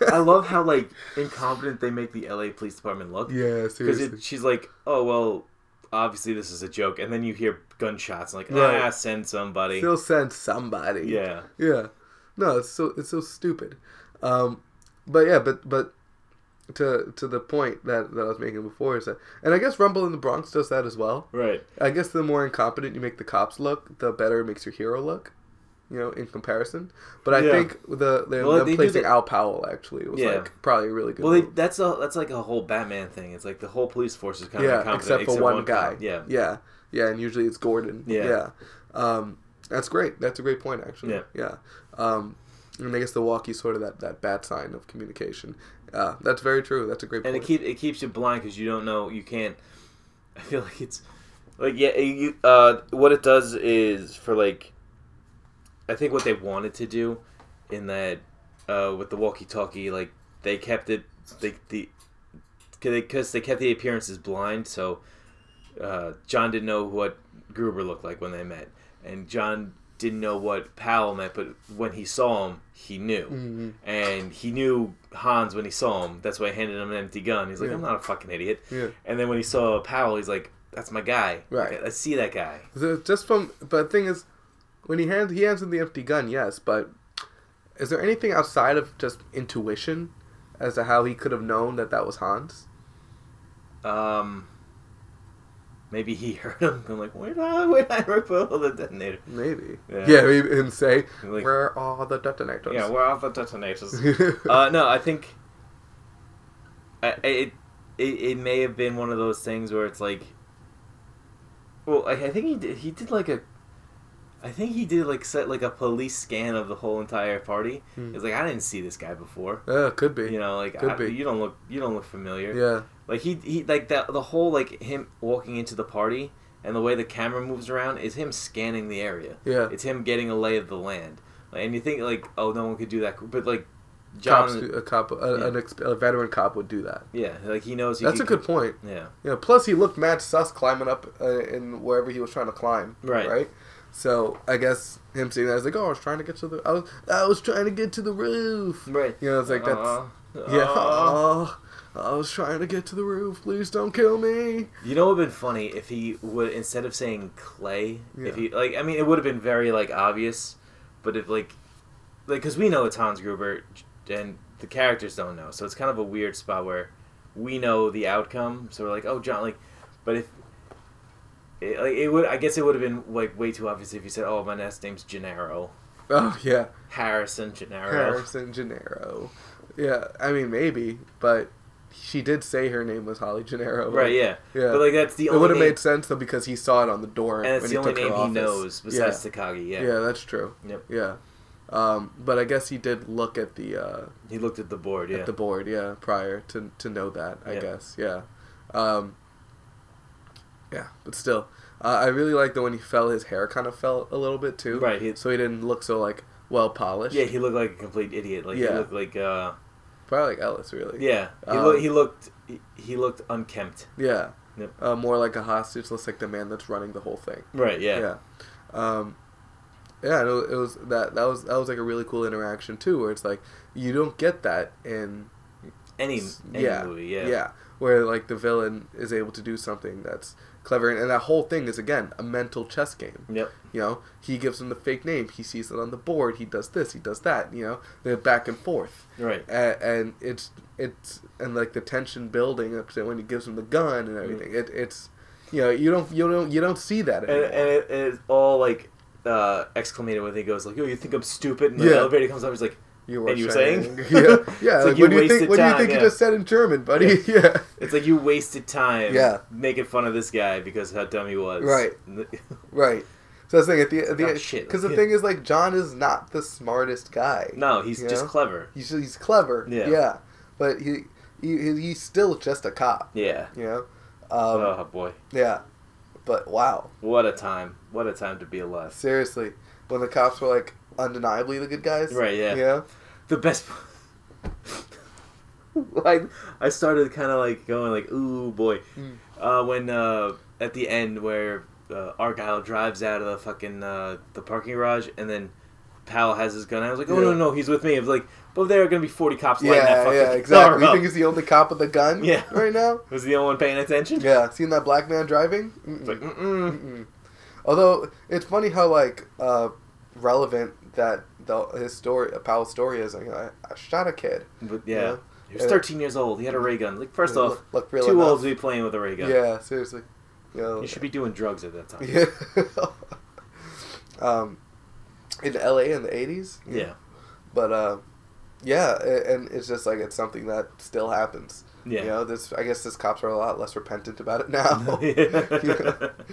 [LAUGHS]
I love how like incompetent they make the LA police department look.
yeah, seriously.
because she's like, oh well, obviously this is a joke, and then you hear gunshots, and like,
Right.
ah, send somebody.
They'll send somebody.
yeah,
Yeah. No, it's so it's so stupid. Um, but yeah, but but to to the point that, that I was making before is that, and I guess Rumble in the Bronx does that as well.
right.
I guess the more incompetent you make the cops look, the better it makes your hero look. You know, in comparison. But I
Yeah.
think the the
Well,
them
they do
placing
that-
Al Powell actually was
Yeah.
like probably a really good.
Well, they,
move.
that's a that's like a whole Batman thing. It's like the whole police force is kind of
yeah,
incompetent,
except for one, guy.
cop. Yeah,
yeah, yeah, and usually it's Gordon.
Yeah.
yeah. Um, that's great. That's a great point, actually.
Yeah.
yeah. Um, and I guess the walkie's sort of that, that bat sign of communication. Uh, that's very true. That's a great
and
point.
it keep it keeps you blind because you don't know you can't. [LAUGHS] I feel like it's like yeah you uh what it does is for like I think what they wanted to do in that uh with the walkie-talkie like they kept it they the because they kept the appearances blind so uh John didn't know what Gruber looked like when they met and John didn't know what Powell meant but when he saw him he knew
Mm-hmm.
and he knew Hans when he saw him that's why I handed him an empty gun he's like
Yeah.
I'm not a fucking idiot
Yeah.
and then when he saw Powell, he's like, "That's my guy.
Right.
I, I see that guy."
The- just from, but the thing is, when he hands he hands him the empty gun, yes, but is there anything outside of just intuition as to how he could have known that that was Hans?
Um, maybe he [LAUGHS] heard him. I'm like, "Where did I, where did I refill the detonator?"
Maybe.
Yeah.
Yeah, maybe, and say,
Like-
where are the detonators?
Yeah, where are the detonators?
[LAUGHS]
uh, no, I think I, I- it, it it may have been one of those things where it's like, well, I, I think he did, he did like a. I think he did like set like a police scan of the whole entire party.
Hmm.
It's like I didn't see this guy before.
Yeah, Uh, could be.
You know, like
Could
I,
be.
you don't look you don't look familiar.
Yeah,
Like he he like that the whole like him walking into the party and the way the camera moves around is him scanning the area.
Yeah.
It's him getting a lay of the land. And you think like, oh, no one could do that, but like John,
cops, do- a cop, a, an
Yeah.
ex, a veteran cop would do that.
yeah, like he knows. He
That's a
could-
good point.
Yeah.
Yeah. Plus, he looked mad sus climbing up uh, in wherever he was trying to climb.
Right.
Right. So I guess him seeing that is like, oh, I was trying to get to the, I was, I was trying to get to the roof.
Right. Uh-huh.
You know, it's like that's, yeah. Oh, I was trying to get to the roof. Please don't kill me.
You know, it would have been funny if he would instead of saying clay,
Yeah.
if he like, I mean, it would have been very like obvious, but if like, like, because we know it's Hans Gruber, and the characters don't know, so it's kind of a weird spot where we know the outcome, so we're like, oh, John, like, but if. It, like, it would, I guess it would have been like way too obvious if you said, "Oh, my last name's Gennaro,
Oh yeah.
Harrison Gennaro."
Harrison Gennaro. Yeah. I mean, maybe, but she did say her name was Holly Gennaro.
Right? Yeah.
Yeah.
But like that's the
It would
only
have
name,
made sense though because he saw it on the door
and it's the only
her
name he
office.
knows besides Takagi. Yeah.
Yeah. that's true.
Yep.
Yeah. Um, but I guess he did look at the uh,
He looked at the board. Yeah.
at the board, yeah, prior to to know that. I
Yeah.
guess, yeah, um, yeah. But still, uh, I really like that when he fell, his hair kind of fell a little bit too,
Right, he-
so he didn't look so like well polished.
Yeah, he looked like a complete idiot. Like
Yeah.
he looked like uh
probably like Ellis, really.
yeah. He
Um,
looked he looked he, he looked unkempt.
yeah.
Yep.
uh, more like a hostage, less like the man that's running the whole thing.
Right. Yeah.
Yeah. Um, yeah, it was, it was that that was that was like a really cool interaction too, where it's like you don't get that in
Any, any
yeah,
movie. Yeah.
yeah, where like the villain is able to do something that's clever, and, and that whole thing is again a mental chess game.
Yep.
You know, he gives him the fake name, he sees it on the board, he does this, he does that. You know, they're back and forth,
Right.
and, and it's it's and like the tension building up to when he gives him the gun
Mm.
and everything. It it's you know you don't you don't you don't see that.
And,
Anymore.
and it, it's all like uh, exclamated when he goes like, "Yo, you think I'm stupid?" And the
Yeah.
elevator comes up. He's like,
You
And you were saying?
[LAUGHS]
[LAUGHS]
yeah, yeah.
It's
like,
like you
what do you
wasted
think? What do you
time,
think
yeah.
you just said in German, buddy? [LAUGHS] Yeah,
"It's like you wasted time.
Yeah.
making fun of this guy because how dumb he was."
Right. right. So that's the thing at the at
Oh,
the
shit.
because the thing is like John is not the smartest guy.
[LAUGHS] no, he's
You
just
know?
clever.
he's he's clever.
Yeah.
Yeah, but he, he he's still just a cop.
Yeah.
You know, um,
oh boy,
yeah. But wow,
what a time! What a time to be alive.
seriously, when the cops were like undeniably the good guys,
Right, yeah.
you know?
The best. like I started kind of like going like, "Ooh boy,"
Mm.
uh, when uh, at the end where uh, Argyle drives out of the fucking uh, the parking garage, and then Powell has his gun. I was like, "Oh no,
Yeah.
no, he's with me." It was like, "But there are gonna be forty cops lighting that
yeah,
fucking
yeah,
car
exactly. You
up.
think he's the only cop with a gun?
Yeah.
right now.
[LAUGHS] Was he the only one paying attention?
Yeah, seen that black man driving? Mm-mm.
It's like, mm-mm.
Mm-mm. Although it's funny how like uh, relevant that the his story, Powell's story is. Like, I, I shot a kid.
But yeah.
Yeah.
He was 13 years old. He had a ray gun. Like, first off,
Look- look real
too
enough.
old to be playing with a ray gun.
Yeah, seriously. You know,
You should be doing drugs at that time.
Yeah. [LAUGHS] um, in L.A. in the '80s.
[LAUGHS] Yeah.
But uh, yeah, a- and it's just like it's something that still happens.
Yeah.
You know, this I guess this cops are a lot less repentant about it [LAUGHS]
[LAUGHS]
now.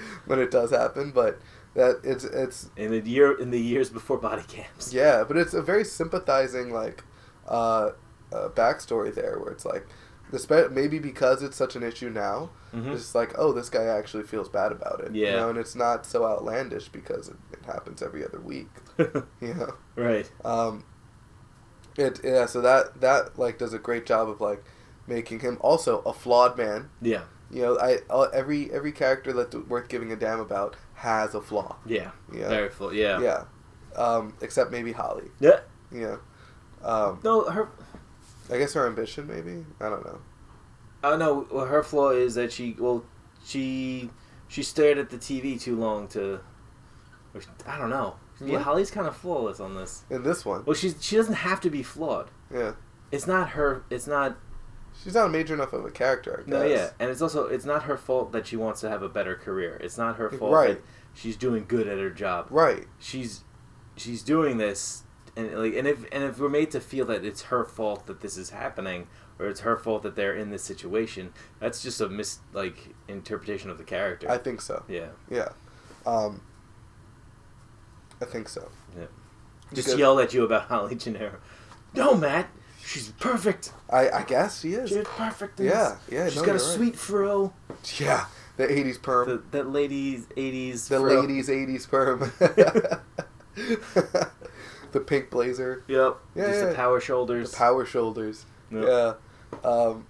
[LAUGHS] when it does happen, but that it's it's
In the year in the years before body cams.
Yeah, but it's a very sympathizing like uh, uh, backstory there, where it's like, the spe- maybe because it's such an issue now,
Mhm.
it's like, oh, this guy actually feels bad about it.
Yeah.
you know, and it's not so outlandish because it, it happens every other week. [LAUGHS] You know,
Mm-hmm. [LAUGHS] right.
um, it yeah. So that that like does a great job of like making him also a flawed man.
Yeah.
You know, I uh, every every character that's worth giving a damn about has a flaw.
Yeah.
Yeah.
Very full. Yeah.
Yeah, um, except maybe Holly.
Yeah.
Yeah. Um,
No, her.
I guess her ambition, maybe. I don't know.
Oh no, well, her flaw is that she well, she she stared at the TV too long to. or she- I don't know. Yeah,
What?
Holly's kind of flawless on this.
In this one,
Well, she's she doesn't have to be flawed.
yeah,
It's not her. It's not
she's not a major enough of a character. I guess.
No, yeah, and it's also it's not her fault that she wants to have a better career. It's not her fault
Right.
that she's doing good at her job.
Right.
She's she's doing this, and like, and if and if we're made to feel that it's her fault that this is happening, or it's her fault that they're in this situation, that's just a mis like interpretation of the character.
I think so.
yeah,
Yeah. Um. I think so.
yeah. Just
Because-
yell at you about [LAUGHS] Holly Gennaro. No, Matt, she's perfect.
I I guess she is.
She's perfect. in
Yeah,
this.
yeah,
She's
no,
got a
you're right.
sweet fro.
Yeah. The '80s perm.
The, that lady's eighties.
The, ladies' '80s perm. [LAUGHS] the pink blazer.
Yep.
Yeah,
Just
yeah,
the
yeah.
power
The
shoulders.
power shoulders.
Yep.
Yeah. Um.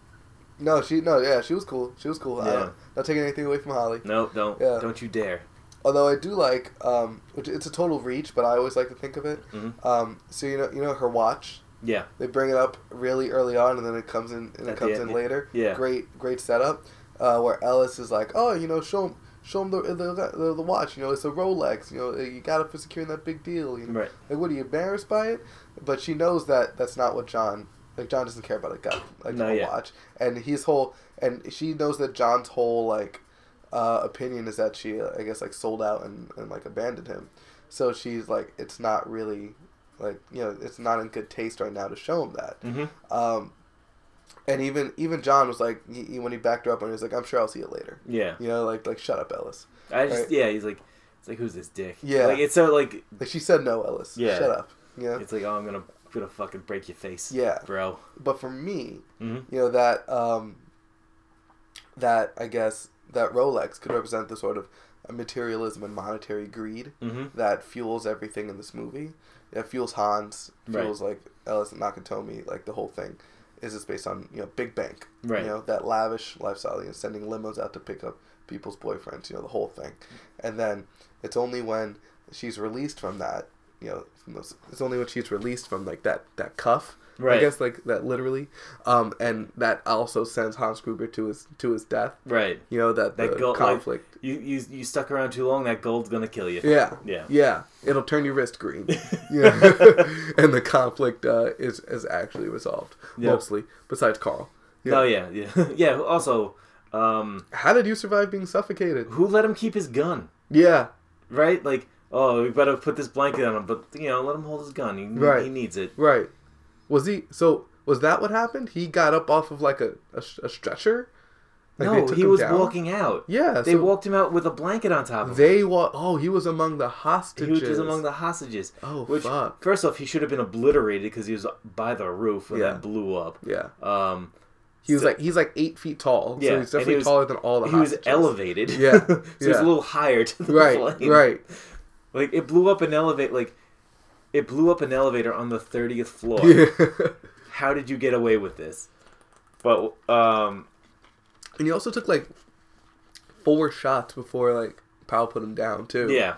No, she no yeah she was cool. She was cool. I
Yeah.
don't- not taking anything away from Holly.
No, don't.
Yeah.
Don't you dare.
Although I do like, um, which it's a total reach, but I always like to think of it.
Mhm.
Um, so you know, you know her watch.
Yeah.
They bring it up really early on, and then it comes in and
At the
it comes
end,
in
yeah.
later.
Yeah.
Great, great setup. Uh, where Ellis is like, oh, you know, show him, show him the, the, the, the watch. You know, it's a Rolex. You know, you got it for securing that big deal. You know?
Right.
Like, what are you embarrassed by it? But she knows that that's not what John. Like John doesn't care about a gun, like
No,
a
yeah.
watch, and his whole and she knows that John's whole like uh, opinion is that she, I guess, like sold out and, and like abandoned him. So she's like, it's not really like you know, it's not in good taste right now to show him that.
Mm-hmm.
Um, and even even John was like, he, he- when he backed her up, and he was like, I'm sure I'll see you later.
Yeah.
You know, like like shut up, Ellis.
I just
Right.
yeah. He's like, it's like who's this dick?
Yeah.
Like it's so like
Like she said, no, Ellis.
Yeah.
Shut up. Yeah.
it's like oh I'm gonna gonna fucking break your face.
Yeah.
Bro.
but for me,
Mhm.
you know that um, that I guess that Rolex could represent the sort of uh, materialism and monetary greed
Mhm.
that fuels everything in this movie. It fuels Hans,
Right.
fuels like Ellis and Nakatomi, like the whole thing. is it's based on you know big bank,
Right.
You know that lavish lifestyle, you know, sending limos out to pick up people's boyfriends, you know the whole thing, and then it's only when she's released from that, you know, from those, it's only when she's released from like that that cuff. I
Right.
guess like that literally, um, and that also sends Hans Gruber to his to his death.
Right.
You know that,
That
the
gold like,
conflict.
you, you you stuck around too long. That gold's gonna kill you.
Yeah.
Yeah.
Yeah. It'll turn your wrist
[LAUGHS]
green. yeah. [LAUGHS] and the conflict uh, is is actually resolved
Yeah.
mostly, besides Carl. Yeah.
Oh yeah, [LAUGHS] yeah, yeah. Also, um,
How did you survive being suffocated?
who let him keep his gun?
Yeah.
Right? Like, oh, we better put this blanket on him, but you know, let him hold his gun. He,
Right.
he needs it.
Right. Was he? So was that what happened? He got up off of like a a, a stretcher. Like, they
no,
took
he
him
was
down?
walking out.
Yeah.
They
so
walked him out with a blanket on top of him.
They wa- Oh, he was among the
He
hostages.
was just among the hostages.
Oh, fuck.
First off, he should have been obliterated because he was by the roof when
Yeah.
that blew up.
Yeah.
Um,
He was
So-
like he's like eight feet tall.
Yeah,
So
and
he's
he
definitely
was-
taller than all the
he was
hostages.
elevated.
Yeah,
[LAUGHS] so he
yeah.
was a little higher to the
Right.
plane.
Right.
Like it blew up an elevator. Like it blew up an elevator on the thirtieth floor.
[LAUGHS] Yeah.
How did you get away with this? But um,
And he also took like four shots before like Powell put him down too.
yeah,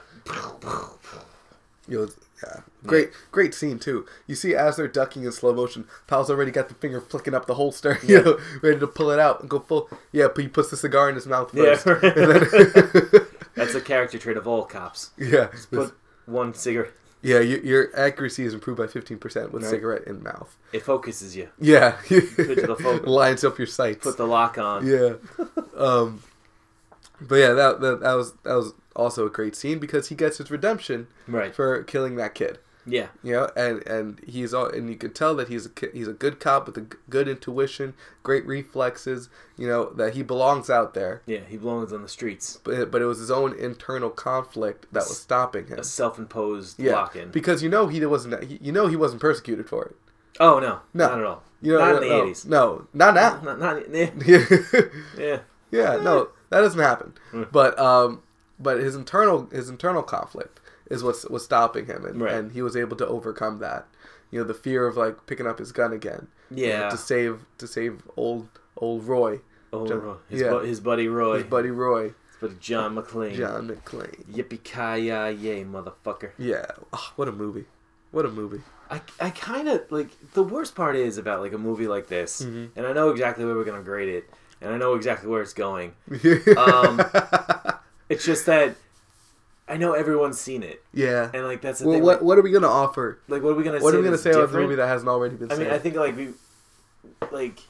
It was- yeah. Great great scene too. You see as they're ducking in slow motion, Powell's already got the finger flicking up the holster, [LAUGHS] you know, ready to pull it out and go full yeah, but he puts the cigar in his mouth
Yeah,
first.
right.
and then- [LAUGHS]
that's a character trait of all cops.
yeah.
Put one cigarette.
yeah, your, your accuracy is improved by fifteen percent with cigarette in mouth.
It focuses you.
Yeah. [LAUGHS]
the focus.
Lines up your sights.
Put the lock on.
yeah. Um, but yeah, that, that that was that was also a great scene because he gets his redemption
Right.
for killing that kid.
Yeah.
You know, and and he's all, and you can tell that he's a ki- he's a good cop with a g- good intuition, great reflexes. You know that he belongs out there.
Yeah. He belongs on the streets.
But but it was his own internal conflict that was stopping him.
A self-imposed
Yeah,
lock-in.
because you know he wasn't he- you know he wasn't persecuted for it.
oh no,
No.
not at all.
You know,
not
no,
in the
no,
eighties.
No, not now. [LAUGHS]
Not, not yeah, yeah.
Yeah, no, that doesn't happen.
Hmm.
But um, but his internal his internal conflict is what's was stopping him, and,
Right.
and he was able to overcome that. You know, the fear of like picking up his gun again. you know,
Yeah.
to save to save old old Roy,
Oh,
John-
Roy. His,
yeah.
bu- his buddy Roy.
his buddy Roy,
But John McClane.
John McClane.
Yippee ki yay, motherfucker.
Yeah, oh, what a movie, what a movie.
I, I kind of like the worst part is about like a movie like this,
Mm-hmm.
and I know exactly where we're gonna grade it, and I know exactly where it's going. Um, it's just that I know everyone's seen it,
[LAUGHS] yeah.
and like that's the
Well,
thing.
what what are we gonna offer?
like, like, what are we gonna
What
say?
are we gonna
that's
say about the
different?
movie that hasn't already been?
I mean,
said?
I think like we like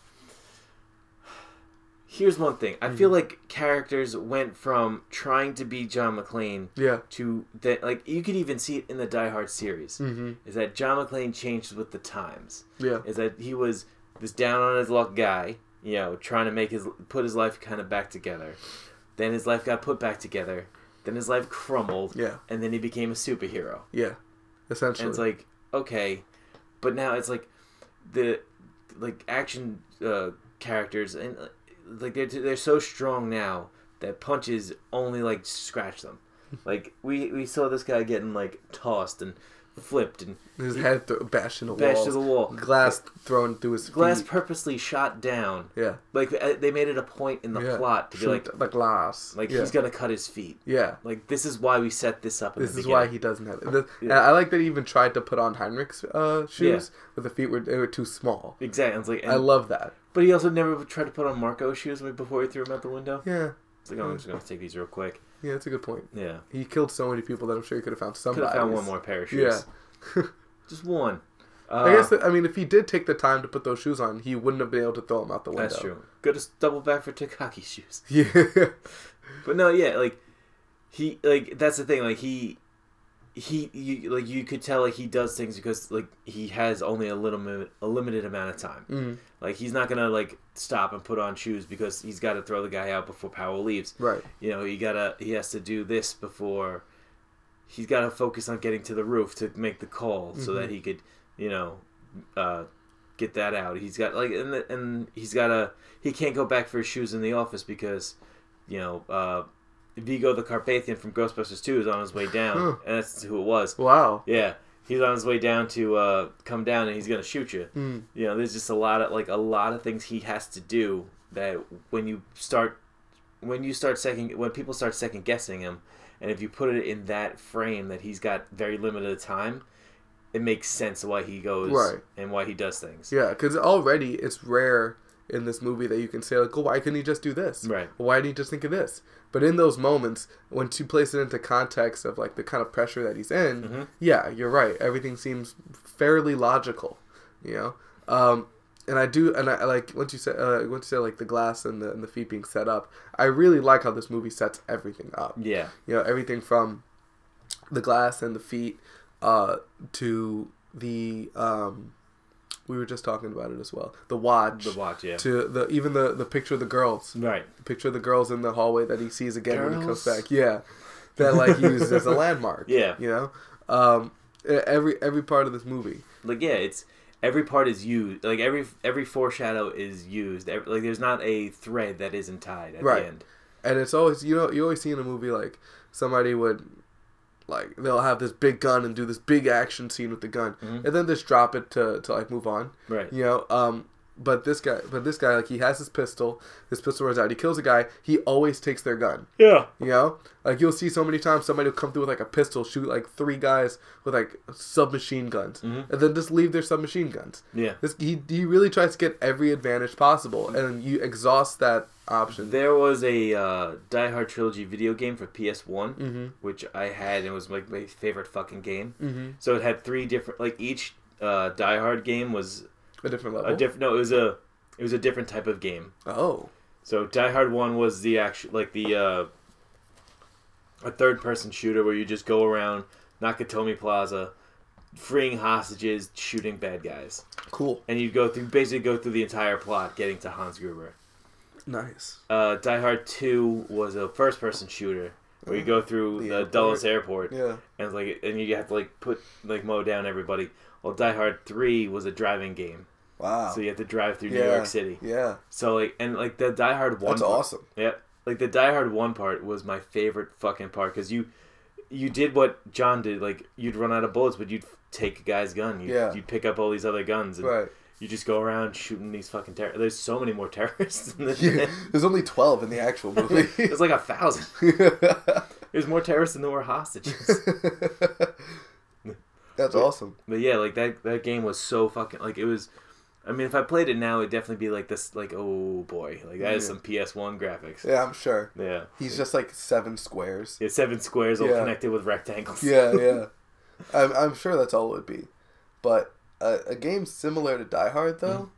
here's one thing. I feel like characters went from trying to be John McClane
yeah,
to that like you could even see it in the Die Hard series. Mm-hmm. Is that John McClane changed with the times?
yeah,
Is that he was this down on his luck guy, you know, trying to make his put his life kind of back together. Then his life got put back together. Then his life crumbled.
Yeah.
And then he became a superhero.
yeah. Essentially,
And it's like, okay, but now it's like the like action uh, characters and uh, like they're they're so strong now that punches only like
[LAUGHS]
scratch them. Like we we saw this guy getting like tossed and flipped and
his head th- bashed in the
bashed
wall,
to the wall.
glass thrown through his
Glass
feet.
purposely shot down.
Yeah.
Like uh, they made it a point in the
yeah.
plot to be
Shoot
like
the glass.
like
yeah.
he's gonna cut his feet.
Yeah.
Like this is why we set this up. In
This
the
is why
beginning.
he doesn't have it. This, and I like that he even tried to put on Heinrich's uh, shoes, but the feet were they were too small.
exactly. It's like, and,
I love that.
but he also never tried to put on Marco's shoes before he threw him out the window.
Yeah,
It's like,
Hmm.
oh, I'm just gonna take these real quick.
yeah, that's a good point.
Yeah.
He killed so many people that I'm sure he could have found
Could
somebody.
have found one more pair of shoes.
Oh, Yeah,
Just one. Uh,
I guess that, I mean if he did take the time to put those shoes on, he wouldn't have been able to throw them out the window.
that's true. Go to double back for Takaki shoes.
[LAUGHS] Yeah,
But no, yeah, like he like that's the thing. Like he he you, like you could tell like he does things because like he has only a little mi- a limited amount of time.
Mm-hmm.
Mm. Like he's not gonna like stop and put on shoes because he's got to throw the guy out before Powell leaves.
right.
You know, he gotta he has to do this before he's got to focus on getting to the roof to make the call so that he could you know uh, get that out he's got like and, the- and he's got to he can't go back for his shoes in the office because you know uh, vigo the carpathian from ghostbusters 2 is on his way down and that's who it was
Wow.
yeah he's on his way down to uh, come down and he's gonna shoot you.
Hmm.
You know, there's just a lot of like a lot of things he has to do that when you start when you start second when people start second guessing him, and if you put it in that frame that he's got very limited time, it makes sense why he goes
Right.
and why he does things.
Yeah, because already it's rare in this movie that you can say like, "Oh, why couldn't he just do this?
Right.
Why didn't he just think of this?" But in those moments, once you place it into context of like the kind of pressure that he's in,
Mm-hmm.
yeah, you're right. Everything seems fairly logical, you know. Um, and I do, and I I like once you said uh, once you said like the glass and the and the feet being set up. I really like how this movie sets everything up
Yeah.
you know everything from the glass and the feet uh, to the um, we were just talking about it as well the watch
The watch, yeah.
to the even the the picture of the girls
Right.
the picture of the girls in the hallway that he sees again when he comes
Girls?
back yeah that like he used
[LAUGHS]
as a landmark
Yeah.
you know um, e- every every part of this movie
like yeah it's every part is used like every every foreshadow is used every, like there's not a thread that isn't tied at
Right.
the end
and it's always you know you always see in a movie like somebody would like they'll have this big gun and do this big action scene with the gun and then just drop it to, to like move on
Mm-hmm. Right.
you know um but this guy but this guy like he has his pistol his pistol runs out he kills a guy he always takes their gun
yeah
you know like you'll see so many times somebody will come through with like a pistol shoot like three guys with like submachine guns and then just leave their submachine guns
Mm-hmm. yeah
this, he, he really tries to get every advantage possible and you exhaust that option
there was a uh, die hard trilogy video game for ps1 which i had and was like my favorite fucking game mm-hmm. so it had three different like each uh, die hard game was
a different level
a different no it was a it was a different type of game
oh
So Die Hard One was the actual like the uh, a third person shooter where you just go around Nakatomi Plaza, freeing hostages, shooting bad guys,
Cool.
and you go through basically go through the entire plot, getting to Hans Gruber.
Nice.
Uh, Die Hard Two was a first person shooter where you go
Mm-hmm.
through
The
the,
airport.
Dulles Airport,
Yeah.
and it's like and you have to like put like mow down everybody. Well, Die Hard Three was a driving game,
Wow.
so you have to drive through
yeah.
New York City.
Yeah.
So like and like the Die Hard one.
That's
part-
awesome.
Yep. Like the Die Hard one part was my favorite fucking part because you you did what John did. Like you'd run out of bullets, but you'd take a guy's gun. You'd,
Yeah.
You'd pick up all these other guns. And
Right.
You just go around shooting these fucking terrorists. There's so many more [LAUGHS] terrorists. In this [LAUGHS]
Yeah. There's only 12 in the actual movie.
There's like a thousand. [LAUGHS] There's more terrorists than there were hostages. [LAUGHS]
[LAUGHS] That's awesome.
but yeah, like that that game was so fucking like it was. I mean, if I played it now, it'd definitely be like this. Like oh boy, like that is
Yeah.
some PS One graphics.
Yeah, I'm sure.
Yeah.
He's just like seven squares.
Yeah, seven squares all
Yeah.
connected with rectangles. [LAUGHS]
Yeah, yeah. I'm, I'm sure that's all it would be. But a, a game similar to Die Hard, though,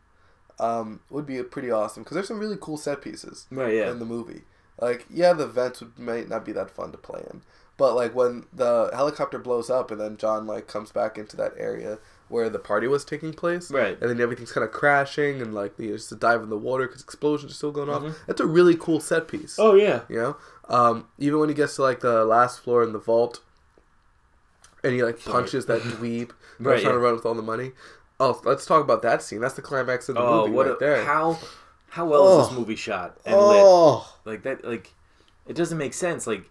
um, would be pretty awesome because there's some really cool set pieces.
Mm. Right, yeah.
in the movie. Like, yeah, the vents would might not be that fun to play in, but like when the helicopter blows up and then John like comes back into that area where the party was taking place,
Right.
And then everything's kind of crashing and like you just dive in the water because explosions are still going off. That's a really cool set piece.
Mm-hmm. Oh yeah.
You know, um, even when he gets to like the last floor in the vault, and he like punches
[LAUGHS]
that dweeb that's
Right,
trying to
yeah.
run with all the money. Oh, let's talk about that scene. That's the climax of the
Oh,
movie
what
right
a,
there.
how how well is
Oh.
this movie shot and
oh,
lit? Like that, like it doesn't make sense. Like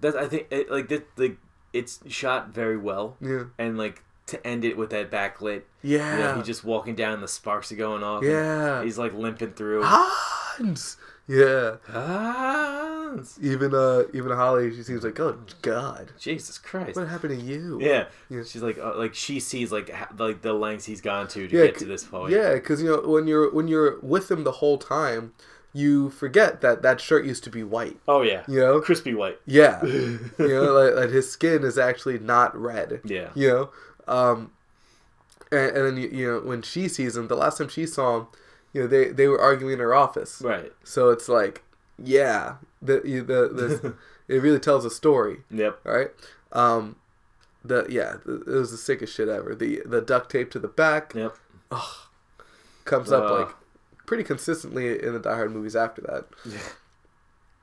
that, I think it, like that, like it's shot very well.
Yeah.
and like to end it with that backlit.
yeah.
You know, he's just walking down, the sparks are going off. and
Yeah.
he's like limping through.
Hans. Yeah.
Hans!
Even uh, even Holly, she seems like, oh God,
Jesus Christ!
what happened to you?
Yeah.
Yeah.
she's like, uh, like she sees like ha- like the lengths he's gone to to
Yeah,
get
c-
to this point.
Yeah, because you know when you're when you're with him the whole time, you forget that that shirt used to be white.
Oh yeah.
You know?
crispy white. [LAUGHS]
Yeah. you know, like, like his skin is actually not red.
Yeah.
You know, um, and, and then you, you know when she sees him, the last time she saw him, you know they they were arguing in her office.
Right.
So it's like, yeah, the you- the,
[LAUGHS]
the it really tells a story.
Yep.
All right. Um, the yeah, th- it was the sickest shit ever. The the duct tape to the back
Yep.
comes
Ugh.
up like pretty consistently in the Die Hard movies after that.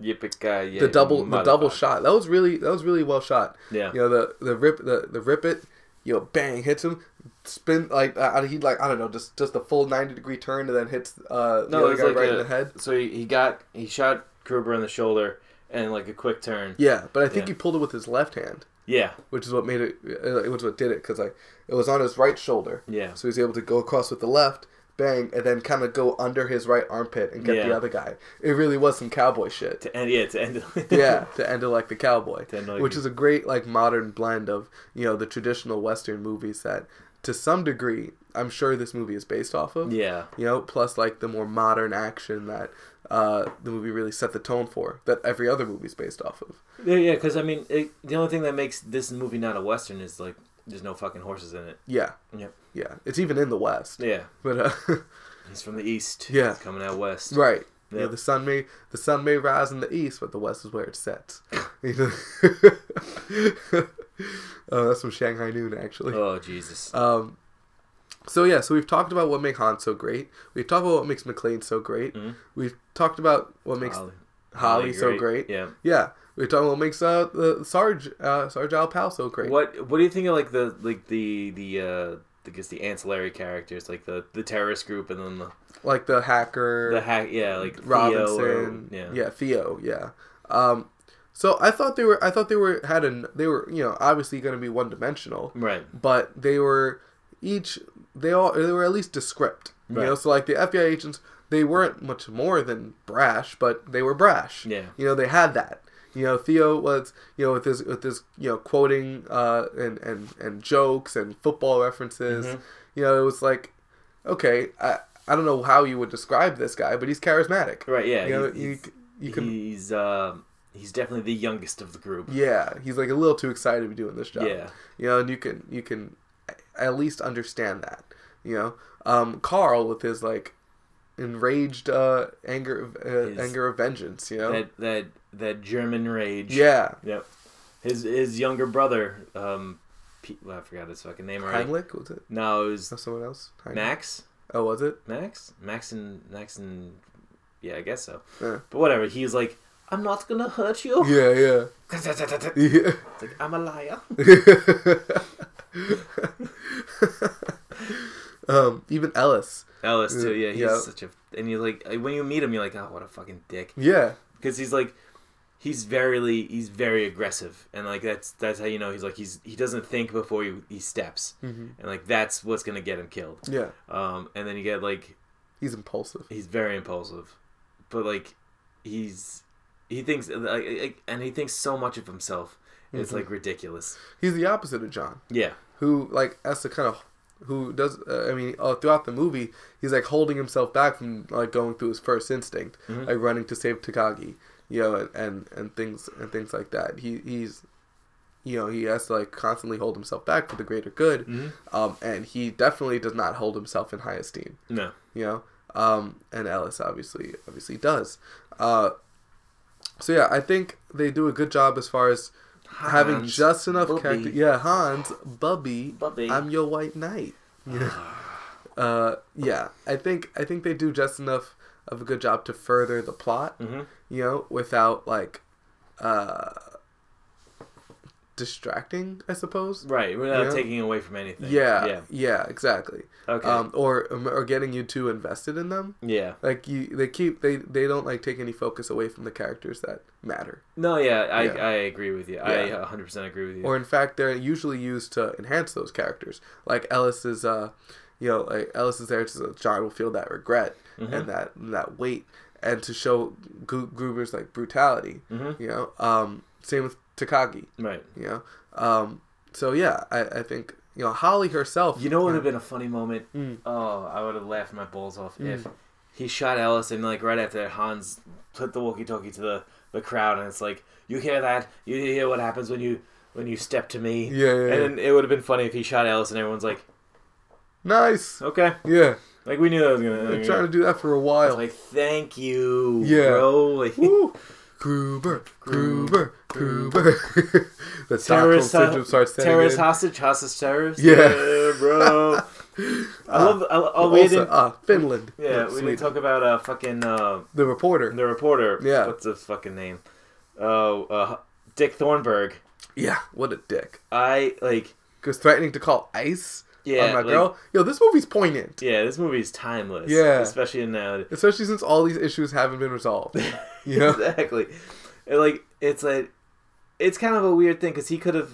Yippee
The double the double shot that was really that was really well shot.
Yeah.
You know the the rip the the rip it. You know, bang hits him, spin like uh, he like I don't know, just just the full ninety degree turn and then hits uh, the
No,
other
it's
guy
like
right
a,
in the head.
So he, he got he shot Kruber in the shoulder and like a quick turn.
Yeah, but I think
Yeah.
he pulled it with his left hand.
Yeah.
which is what made it, uh, which is what did it, because like it was on his right shoulder.
Yeah.
So he was able to go across with the left, bang, and then kind of go under his right armpit and get the
Yeah.
other guy. It really was some cowboy shit.
To end, yeah, to end. it.
[LAUGHS] yeah, to end it like the cowboy,
To end it like
which
the-
is a great like modern blend of you know the traditional Western movies that to some degree I'm sure this movie is based off of.
[LAUGHS] Yeah.
You know, plus like the more modern action that uh, the movie really set the tone for that every other movie's based off of.
Yeah, yeah, because I mean, it, the only thing that makes this movie not a western is like there's no fucking horses in it.
Yeah,
Yep.
yeah, it's even in the West.
Yeah,
But uh, [LAUGHS]
he's from the east.
Yeah.
he's coming out west.
right, you
Yeah.
know, the sun may the sun may rise in the east, but the West is where it sets. [LAUGHS] You know? oh, that's from Shanghai Noon, actually.
Oh Jesus.
Um, so yeah, so we've talked about what makes Han so great. We've talked about what makes McLean so great.
Mhm.
We've talked about what makes Holly,
Holly. Holly
so great.
Yeah.
yeah. We've talked about what makes uh, the Sarge uh, Sarge Alpal so great.
What What do you think of like the like the the uh I guess the ancillary characters like the the terrorist group and then the
Like the hacker,
the hack yeah like Theo
Robinson,
or, yeah
yeah. Theo, yeah. Um, so I thought they were, I thought they were had an, they were, you know, obviously going to be one dimensional,
right
but they were each they all they were at least descript. You
Right.
know, so like the FBI agents, they weren't much more than brash, but they were brash.
Yeah.
You know, they had that. You know, Theo was you know with his with his you know quoting uh and and and jokes and football references.
Mm-hmm.
You know, it was like okay, I I don't know how you would describe this guy, but he's charismatic.
right yeah
You know,
he's,
you,
he's,
c- you can
he's, um, he's definitely the youngest of the group
yeah, he's like a little too excited to be doing this job.
Yeah.
you know, and you can you can at least understand that. You know, um, Carl with his like enraged uh, anger uh,
His-
anger of vengeance. You know,
that that that German rage
yeah,
Yep. His his younger brother, um, Pete, well, I forgot his fucking name already.
Heimlich was it?
No, it was
No, someone else. Heimlich.
Max.
Oh, was it?
Max. Max and Max and yeah, I guess so.
Yeah.
But whatever. He's like, I'm not gonna hurt you.
Yeah, yeah,
[LAUGHS] It's
yeah. [LAUGHS]
like I'm a liar.
um, even Ellis.
Ellis too. Yeah, he's
Yeah.
such a. And you're like, when you meet him, you're like, oh, what a fucking dick.
Yeah,
Because he's like, he's very he's very aggressive, and like that's that's how you know he's like he's he doesn't think before he he steps, and like that's what's gonna get him killed.
Mm-hmm. yeah.
Um, and then you get like
He's impulsive.
he's very impulsive, but like he's he thinks like, like, and he thinks so much of himself.
Mm-hmm.
It's like ridiculous.
He's the opposite of John.
Yeah,
who like as the kind of who does uh, I mean uh, throughout the movie he's like holding himself back from like going through his first instinct like running to save Takagi you know and, and and things and things like that he he's you know he has to like constantly hold himself back for the greater good um, and he definitely does not hold himself in high esteem
no,
you know um, and Ellis obviously obviously does uh, so yeah I think they do a good job as far as having
Hans
just enough
Bubby.
character yeah Hans Bubby
Bubby. Ah.
I'm your white knight yeah. [LAUGHS] uh, yeah I think I think they do just enough of a good job to further the plot
Mhm.
you know without like uh, distracting I suppose
right? We're not
Yeah.
taking away from anything.
yeah yeah,
yeah,
exactly
Okay.
um, or or getting you too invested in them
yeah.
like you they keep they they don't like take any focus away from the characters that matter
No, yeah, I
Yeah.
I agree with you.
Yeah.
I 100 percent agree with you.
or in fact they're usually used to enhance those characters like ellis is uh you know like ellis is there so john will feel that regret
Mm-hmm.
and that and that weight and to show Gru- gruber's like brutality
Mm-hmm.
you know um same with takagi
right.
you know um so yeah i i think you know holly herself
You know what would have been a funny moment?
Hmm.
Oh, I would have laughed my balls off if he shot Ellis and like right after that, Hans put the walkie-talkie to the, the crowd and it's like, you hear that? You hear what happens when you when you step to me?
Yeah, yeah, yeah.
And then it would have been funny if he shot Ellis and everyone's like,
nice
okay,
yeah
like we knew that was gonna.
been trying to do that for a while
like, thank you,
Yeah.
bro. Like, [LAUGHS]
Woo! Gruber, Gruber, Gruber. [LAUGHS] the Stockholm
terrorist,
syndrome starts setting
terrorist
in.
hostage, hostage terrorist.
Yeah. [LAUGHS]
bro. I love. I, oh, we
Also,
didn't.
ah, Finland.
Yeah, we didn't
Sweden.
talk about uh, fucking. Uh,
the reporter.
the reporter.
Yeah.
What's his fucking name? Oh, uh, Dick Thornburg.
Yeah, what a dick.
I like.
Because threatening to call ICE
Yeah,
on my
like-
girl. Yo, this movie's poignant.
Yeah, this movie is timeless.
Yeah.
Especially now. [LAUGHS]
Especially since all these issues haven't been resolved. You know?
exactly. And, like it's like, it's kind of a weird thing because he could have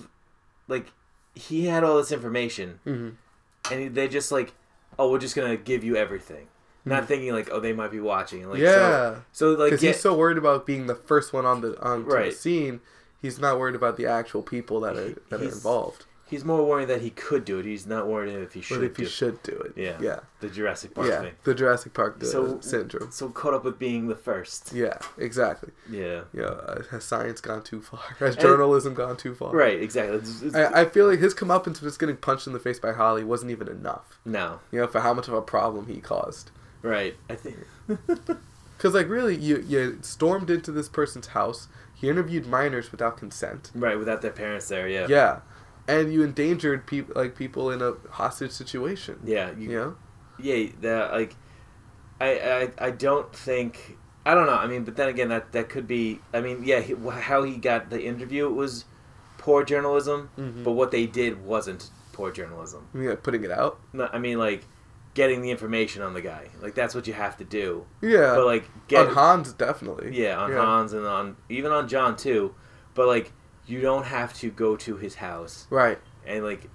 like he had all this information,
Mm-hmm.
and they just like, oh, we're just gonna give you everything, not thinking like, oh, they might be watching. Like, so-
Mm-hmm. Yeah.
So, like,
Because
yeah,
he's so worried about being the first one on the on
Right.
the scene, he's not worried about the actual people that are that are
He's-
involved.
he's more worried that he could do it. He's not worried if he should.
But if he
do it.
should do it,
Yeah.
yeah,
The Jurassic Park
yeah,
thing.
the Jurassic Park the
So-
syndrome.
So caught up with being the first.
Yeah, exactly.
Yeah.
Yeah, uh, has science gone too far? [LAUGHS] Has journalism gone too far?
Right. Exactly. It's- it's-
I, I feel like his comeuppance of just getting punched in the face by Holly wasn't even enough.
no.
You know, for how much of a problem he caused.
Right. I think.
Because like really, you you stormed into this person's house. He interviewed minors without consent.
Right. Without their parents there. Yeah.
Yeah, and you endangered people like people in a hostage situation.
Yeah. You,
You know,
yeah the like I, I i don't think i don't know i mean but then again that that could be i mean yeah he, wh- how he got the interview was poor journalism but what they did wasn't poor journalism
yeah, putting it out.
no, i mean like getting the information on the guy like that's what you have to do
Yeah,
but like get
Uh, on Hans definitely.
yeah on hans and on even on john too but like you don't have to go to his house
Right,
and like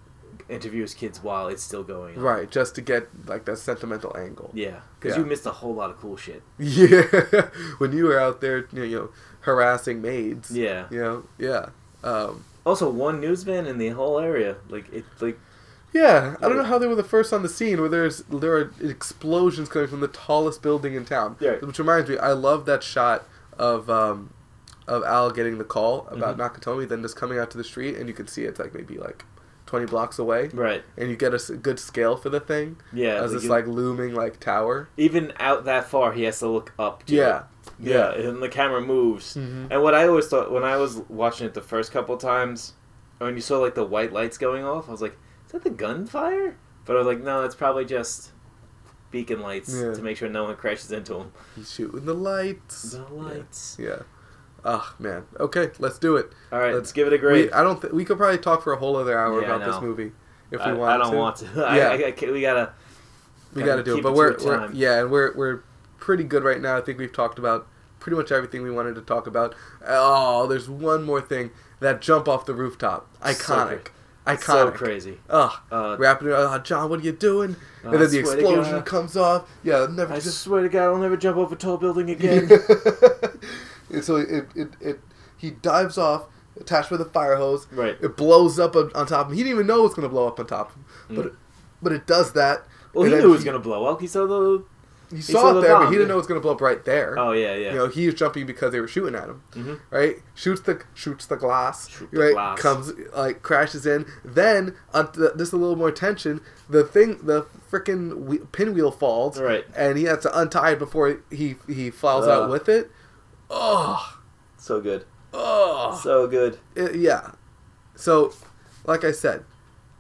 interview his kids while it's still going on.
right. Just to get like that sentimental angle.
yeah because
Yeah.
you missed a whole lot of cool shit
Yeah, [LAUGHS] when you were out there, you know, you know, harassing maids.
Yeah.
You know, yeah. Um,
Also, one newsman in the whole area. Like it. Like
yeah, I don't know how they were the first on the scene where there's there are explosions coming from the tallest building in town.
Yeah.
Which reminds me, I love that shot of um, of Al getting the call about
Mm-hmm.
Nakatomi, then just coming out to the street, and you can see it's like maybe like twenty blocks away,
right.
and you get a s- good scale for the thing.
Yeah.
as
like,
this
you-
like looming like tower.
even out that far, he has to look up. To
Yeah.
it. Yeah. And the camera moves.
Mhm.
And what I always thought when I was watching it the first couple times, when you saw like the white lights going off, I was like, "Is that the gunfire?" But I was like, "No, it's probably just beacon lights
Yeah.
to make sure no one crashes into
[LAUGHS]
them."
He's shooting the lights.
The lights.
Yeah. Ah man. Okay, let's do it.
All right,
Let's-
let's give it a grade.
We, I don't. Th- we could probably talk for a whole other hour
Yeah, I
about this
know.
movie if
I,
we want.
I don't
to.
want to. [LAUGHS]
Yeah.
I, I, I, can't- we gotta.
We
Gotta
got to do
keep
it, but
it to
we're,
a
we're
time.
yeah, and we're we're pretty good right now. I think we've talked about pretty much everything we wanted to talk about. Oh, there's one more thing. That jump off the rooftop, iconic, iconic.
So crazy.
Ugh.
Uh,
Wrapping it up, "Oh, John, what are you doing?
I
and then the
swear to
explosion
God.
comes off. Yeah, never
Uh, I
just
swear to God, I'll never jump off a tall building
[LAUGHS]
again.
and so it, it, it he dives off attached with a fire hose
Right.
it blows up on, on top of him he didn't even know it was going to blow up on top of him but it, but it does that
Mm. Well,
And
he
then
knew it was gonna blow up. He saw the.
he,
saw
saw
the
it there but he
bomb,
didn't
yeah.
know it was going to blow up right there
Oh yeah, yeah.
you know he was jumping because they were shooting at him
Mhm.
right shoots the shoots the glass
Shoot the
right
glass.
comes like crashes in then on the, just a little more tension the thing the freaking whe- pinwheel falls
Right.
and he has to untie it before he he fouls out
Ugh.
with it oh
So good.
oh
So good.
yeah so like i said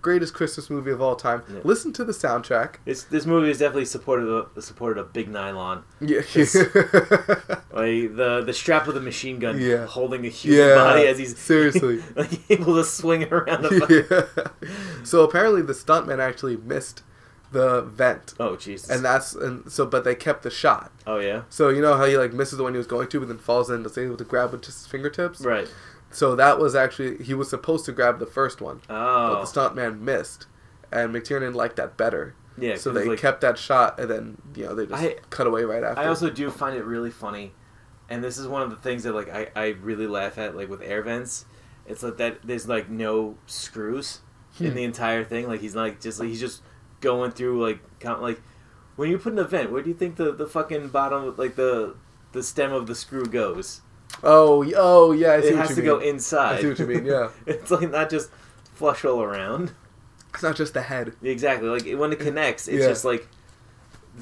greatest christmas movie of all time
Yeah.
listen to the soundtrack
This this movie is definitely supported a, supported a big nylon.
[LAUGHS] yeah
Like the the strap of the machine gun
Yeah.
holding a human
yeah
body as he's
seriously
[LAUGHS] like able to swing around. The
[LAUGHS]
fu-
yeah. [LAUGHS] So apparently the stuntman actually missed the vent,
Oh Jesus.
and that's and so but they kept the shot.
oh yeah.
So you know how he like misses the one he was going to, but then falls in, is able to grab with just his fingertips.
Right.
So that was actually he was supposed to grab the first one, but the
Oh
stuntman missed, and McTiernan liked that better.
yeah.
so
'cause,
they
like,
kept that shot, and then you know they just
I-
cut away right after.
I also do find it really funny, and this is one of the things that like I, I really laugh at like with air vents. It's like that there's like no screws
Hmm.
in the entire thing. Like he's like just like he's just going through like count like when you put an event, where do you think the the fucking bottom like the the stem of the screw goes?
oh y- oh yeah, I see
It
what
has
you
to
mean.
go inside.
I see what you mean, yeah.
[LAUGHS] it's like not just flush all around.
It's not just the head.
Exactly. Like it- when it connects, it's
Yeah.
just like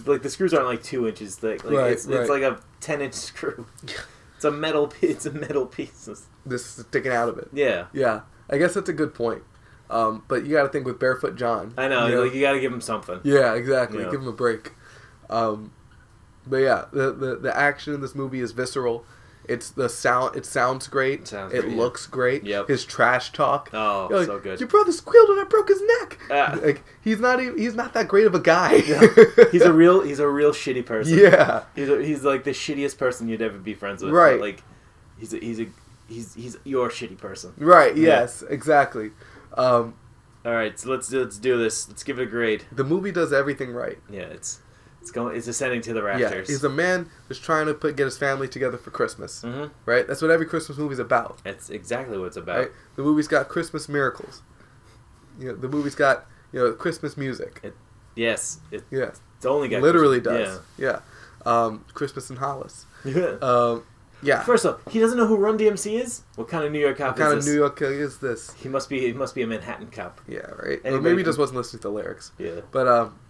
like the screws aren't like two inches thick. Like
Right,
it's,
right.
it's like a ten inch [LAUGHS] screw. It's a metal. pi- It's a metal piece.
This is sticking out of it.
Yeah,
Yeah, I guess that's a good point. Um, but you got to think with Barefoot John.
I know.
You
Like you got to give him something.
yeah, exactly.
Yeah.
Give him a break. Um, but yeah, the, the the action in this movie is visceral. It's the sound. It sounds great. It,
sounds great, yeah.
looks great.
Yep.
His trash talk.
Oh,
You're like,
so
[LAUGHS]
good.
Your brother squealed and I broke his neck.
Ah.
[LAUGHS] Like he's not even, he's not that great of a
[LAUGHS]
guy. [LAUGHS]
he's a real. He's a real shitty person.
yeah.
He's a, he's like the shittiest person you'd ever be friends with.
Right.
Like he's a, he's a he's he's your shitty person.
Right.
Yeah.
Yes. Exactly. Um,
All right, so let's do, let's do this. Let's give it a grade.
the movie does everything right.
Yeah, it's it's going it's ascending to the
Yeah,
rafters.
he's a man that's trying to put get his family together for Christmas,
hmm
right? That's what every Christmas movie's about.
That's exactly what it's about.
Right? The movie's got Christmas miracles. You know, the movie's got you know Christmas music.
Yes, it,
Yeah,
it's only got
literally does. Yeah, Um, Christmas in Hollis.
Yeah. [LAUGHS]
Um, yeah,
First off, he doesn't know who Run DMC is. What kind of New York cop
what kind of
is this?
New York is this?
He must be he must be a Manhattan cop.
Yeah, right.
Anybody
or maybe he
can-
just wasn't listening to the lyrics.
Yeah.
But um,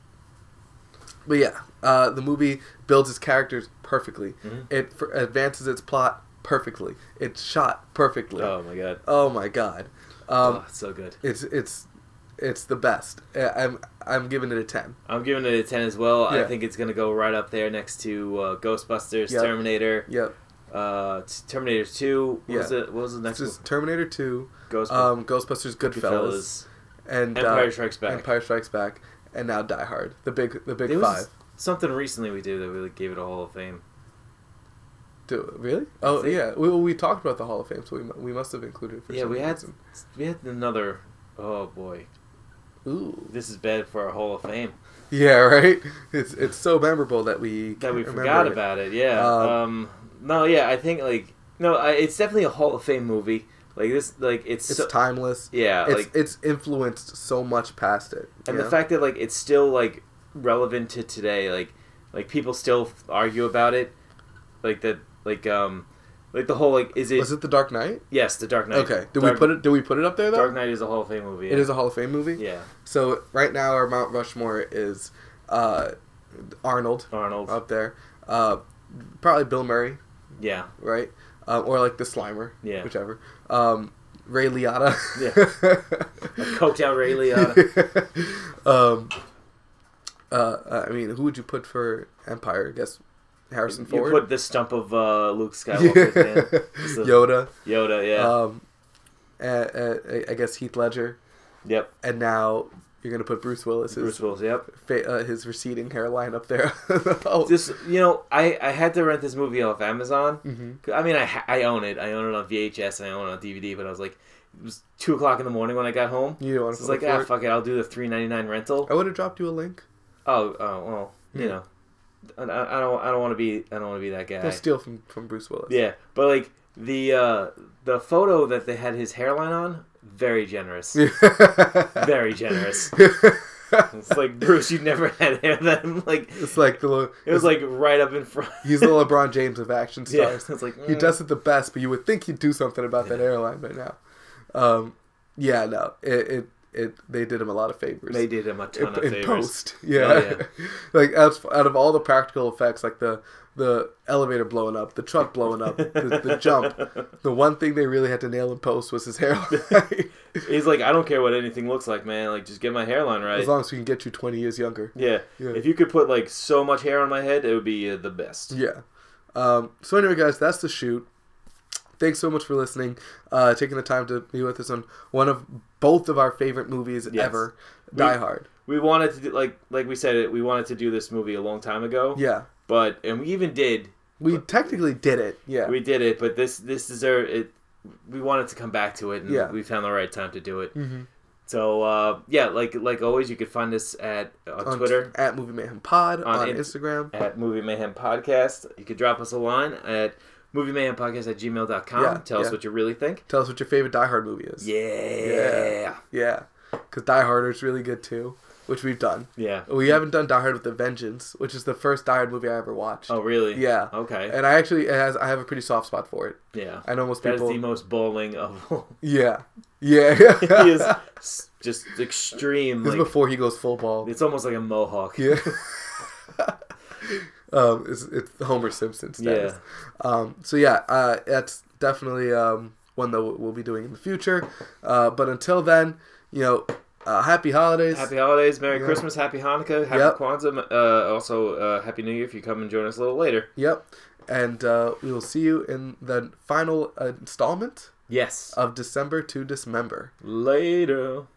but yeah, uh, the movie builds its characters perfectly.
Mhm.
It f- advances its plot perfectly. It's shot perfectly.
Oh my god.
Oh my god, um,
oh, it's so good.
it's it's it's the best. I- I'm I'm giving it a ten.
I'm giving it a ten as well. I
Yeah.
think it's gonna go right up there next to uh, Ghostbusters,
Yep.
Terminator,
Yep.
uh, t- Terminator Two. What was
Yeah.
it? What was the next
This is
one?
Terminator Two,
Ghostbusters,
um, Ghostbusters, Goodfellas,
Goodfellas,
and
Empire
uh,
Strikes Back.
Empire Strikes Back, and now Die Hard. The big the big
There was
five.
something recently we did that we like, gave it a Hall of Fame.
Do, really? Oh
think-
yeah. We, we talked about the Hall of Fame, so we, mu- we must have included. It for
Yeah,
some
we had
reason.
we had another. Oh boy,
Ooh.
this is bad for our Hall of Fame
Yeah, [LAUGHS] right. It's it's so memorable that we
that we
can't
forgot
remember it.
about it. Yeah.
Um,
Um, No. Yeah. I think like no. I, it's definitely a Hall of Fame movie. Like this. Like it's.
It's
so,
timeless.
yeah.
it's
like
it's influenced so much past it.
and
you
the
know?
fact that like it's still like relevant to today. Like like people still argue about it. Like that. Like um. Like the whole like is it,
was it the Dark Knight?
yes the Dark Knight.
Okay. Did
Dark,
we put it? Did we put it up there though?
Dark Knight is a Hall of Fame movie. Yeah.
It is a Hall of Fame movie.
yeah.
So right now our Mount Rushmore is uh, Arnold
Arnold.
up there. Uh, probably Bill Murray,
yeah. [LAUGHS]
right? Um, or like the Slimer,
Yeah.
whichever. Um, Ray Liotta. [LAUGHS]
Yeah.
Yeah.
Coked out
[LAUGHS]
Ray Liotta.
um, uh, I mean, who would you put for Empire? I guess Harrison Ford.
You put the stump of uh,
[LAUGHS]
Luke Skywalker
Yeah.
in. Just a-
Yoda.
Yoda, yeah.
Um, uh, uh, I- I guess Heath Ledger,
yep.
and now you're gonna put Bruce Willis.
Bruce Willis, yep.
Fa- uh, his receding hairline up there. [LAUGHS] oh,
This, you know, I, I had to rent this movie off Amazon.
Mhm.
I mean, I ha- I own it. I own it on VHS and I own it on DVD. But I was like, it was two o'clock in the morning when I got home.
you don't
So I
want
was
to
like, ah, fuck it. I'll do the three ninety nine rental.
I would have dropped you a link.
Oh, oh, well, you
Yeah.
know, I, I I don't, I don't want to be, I don't want to be that guy.
Don't steal from from Bruce Willis.
Yeah, but like the uh, the photo that they had his hairline on, very generous, very generous. It's like Bruce, you never [LAUGHS] had hair then. Like
[LAUGHS] it's like the little,
it was like right up in front.
he's the LeBron James of action
[LAUGHS] yeah.
stars.
It's like
He
mm.
does it the best, but you would think he'd do something about that airline by now. Um, yeah, no, it, it it they did him a lot of favors.
They did him a ton
in,
of
in
favors.
post, yeah.
yeah.
[LAUGHS] like out of, out of all the practical effects, like the the elevator blowing up, the truck blowing up, the,
[LAUGHS]
the jump, the one thing they really had to nail in post was his
[LAUGHS]
hairline.
[LAUGHS]
[LAUGHS]
He's like, I don't care what anything looks like, man. Like, just get my hairline right.
as long as we can get you twenty years younger.
yeah.
Yeah.
If you could put like so much hair on my head, it would be uh, the best.
Yeah. Um, so anyway, guys, that's the shoot. Thanks so much for listening, uh, taking the time to be with us on one of both of our favorite movies
Yes.
ever, Die Hard.
We wanted to do, like like we said it. We wanted to do this movie a long time ago.
Yeah,
But and we even did.
we technically did it. Yeah,
We did it. But this this deserve it. We wanted to come back to it, and
Yeah.
we found the right time to do it.
Mhm.
So uh, yeah, like like always, you could find us at on,
on
Twitter
t- at Movie Mayhem Pod on,
On in-
Instagram.
at Movie Mayhem Podcast. You could drop us a line at Movie Mayhem Podcast at gmail.com.
Yeah,
Tell
yeah.
us what you really think.
Tell us what your favorite Die Hard movie is.
Yeah.
yeah, because Die Harder is really good too, which we've done.
Yeah.
We haven't done Die Hard with a Vengeance, which is the first Die Hard movie I ever watched.
Oh, really?
Yeah.
Okay.
And I actually it has I have a pretty soft spot for it.
yeah.
I know most
That is
people.
the most bowling of all. [LAUGHS]
Yeah. Yeah. [LAUGHS]
he is s- just extreme.
This is
Like,
before he goes full ball.
it's almost like a mohawk.
Yeah. [LAUGHS] um, it's, it's Homer Simpson status.
Yeah.
Um, so yeah, uh, that's definitely um, one that we'll be doing in the future. Uh, but until then, you know, uh, happy holidays.
Happy holidays, Merry
Yeah.
Christmas, Happy Hanukkah, Happy
Yep.
Kwanzaa, uh, also uh, Happy New Year if you come and join us a little later.
Yep. And uh, we will see you in the final installment
Yes.
of December to Dismember.
later.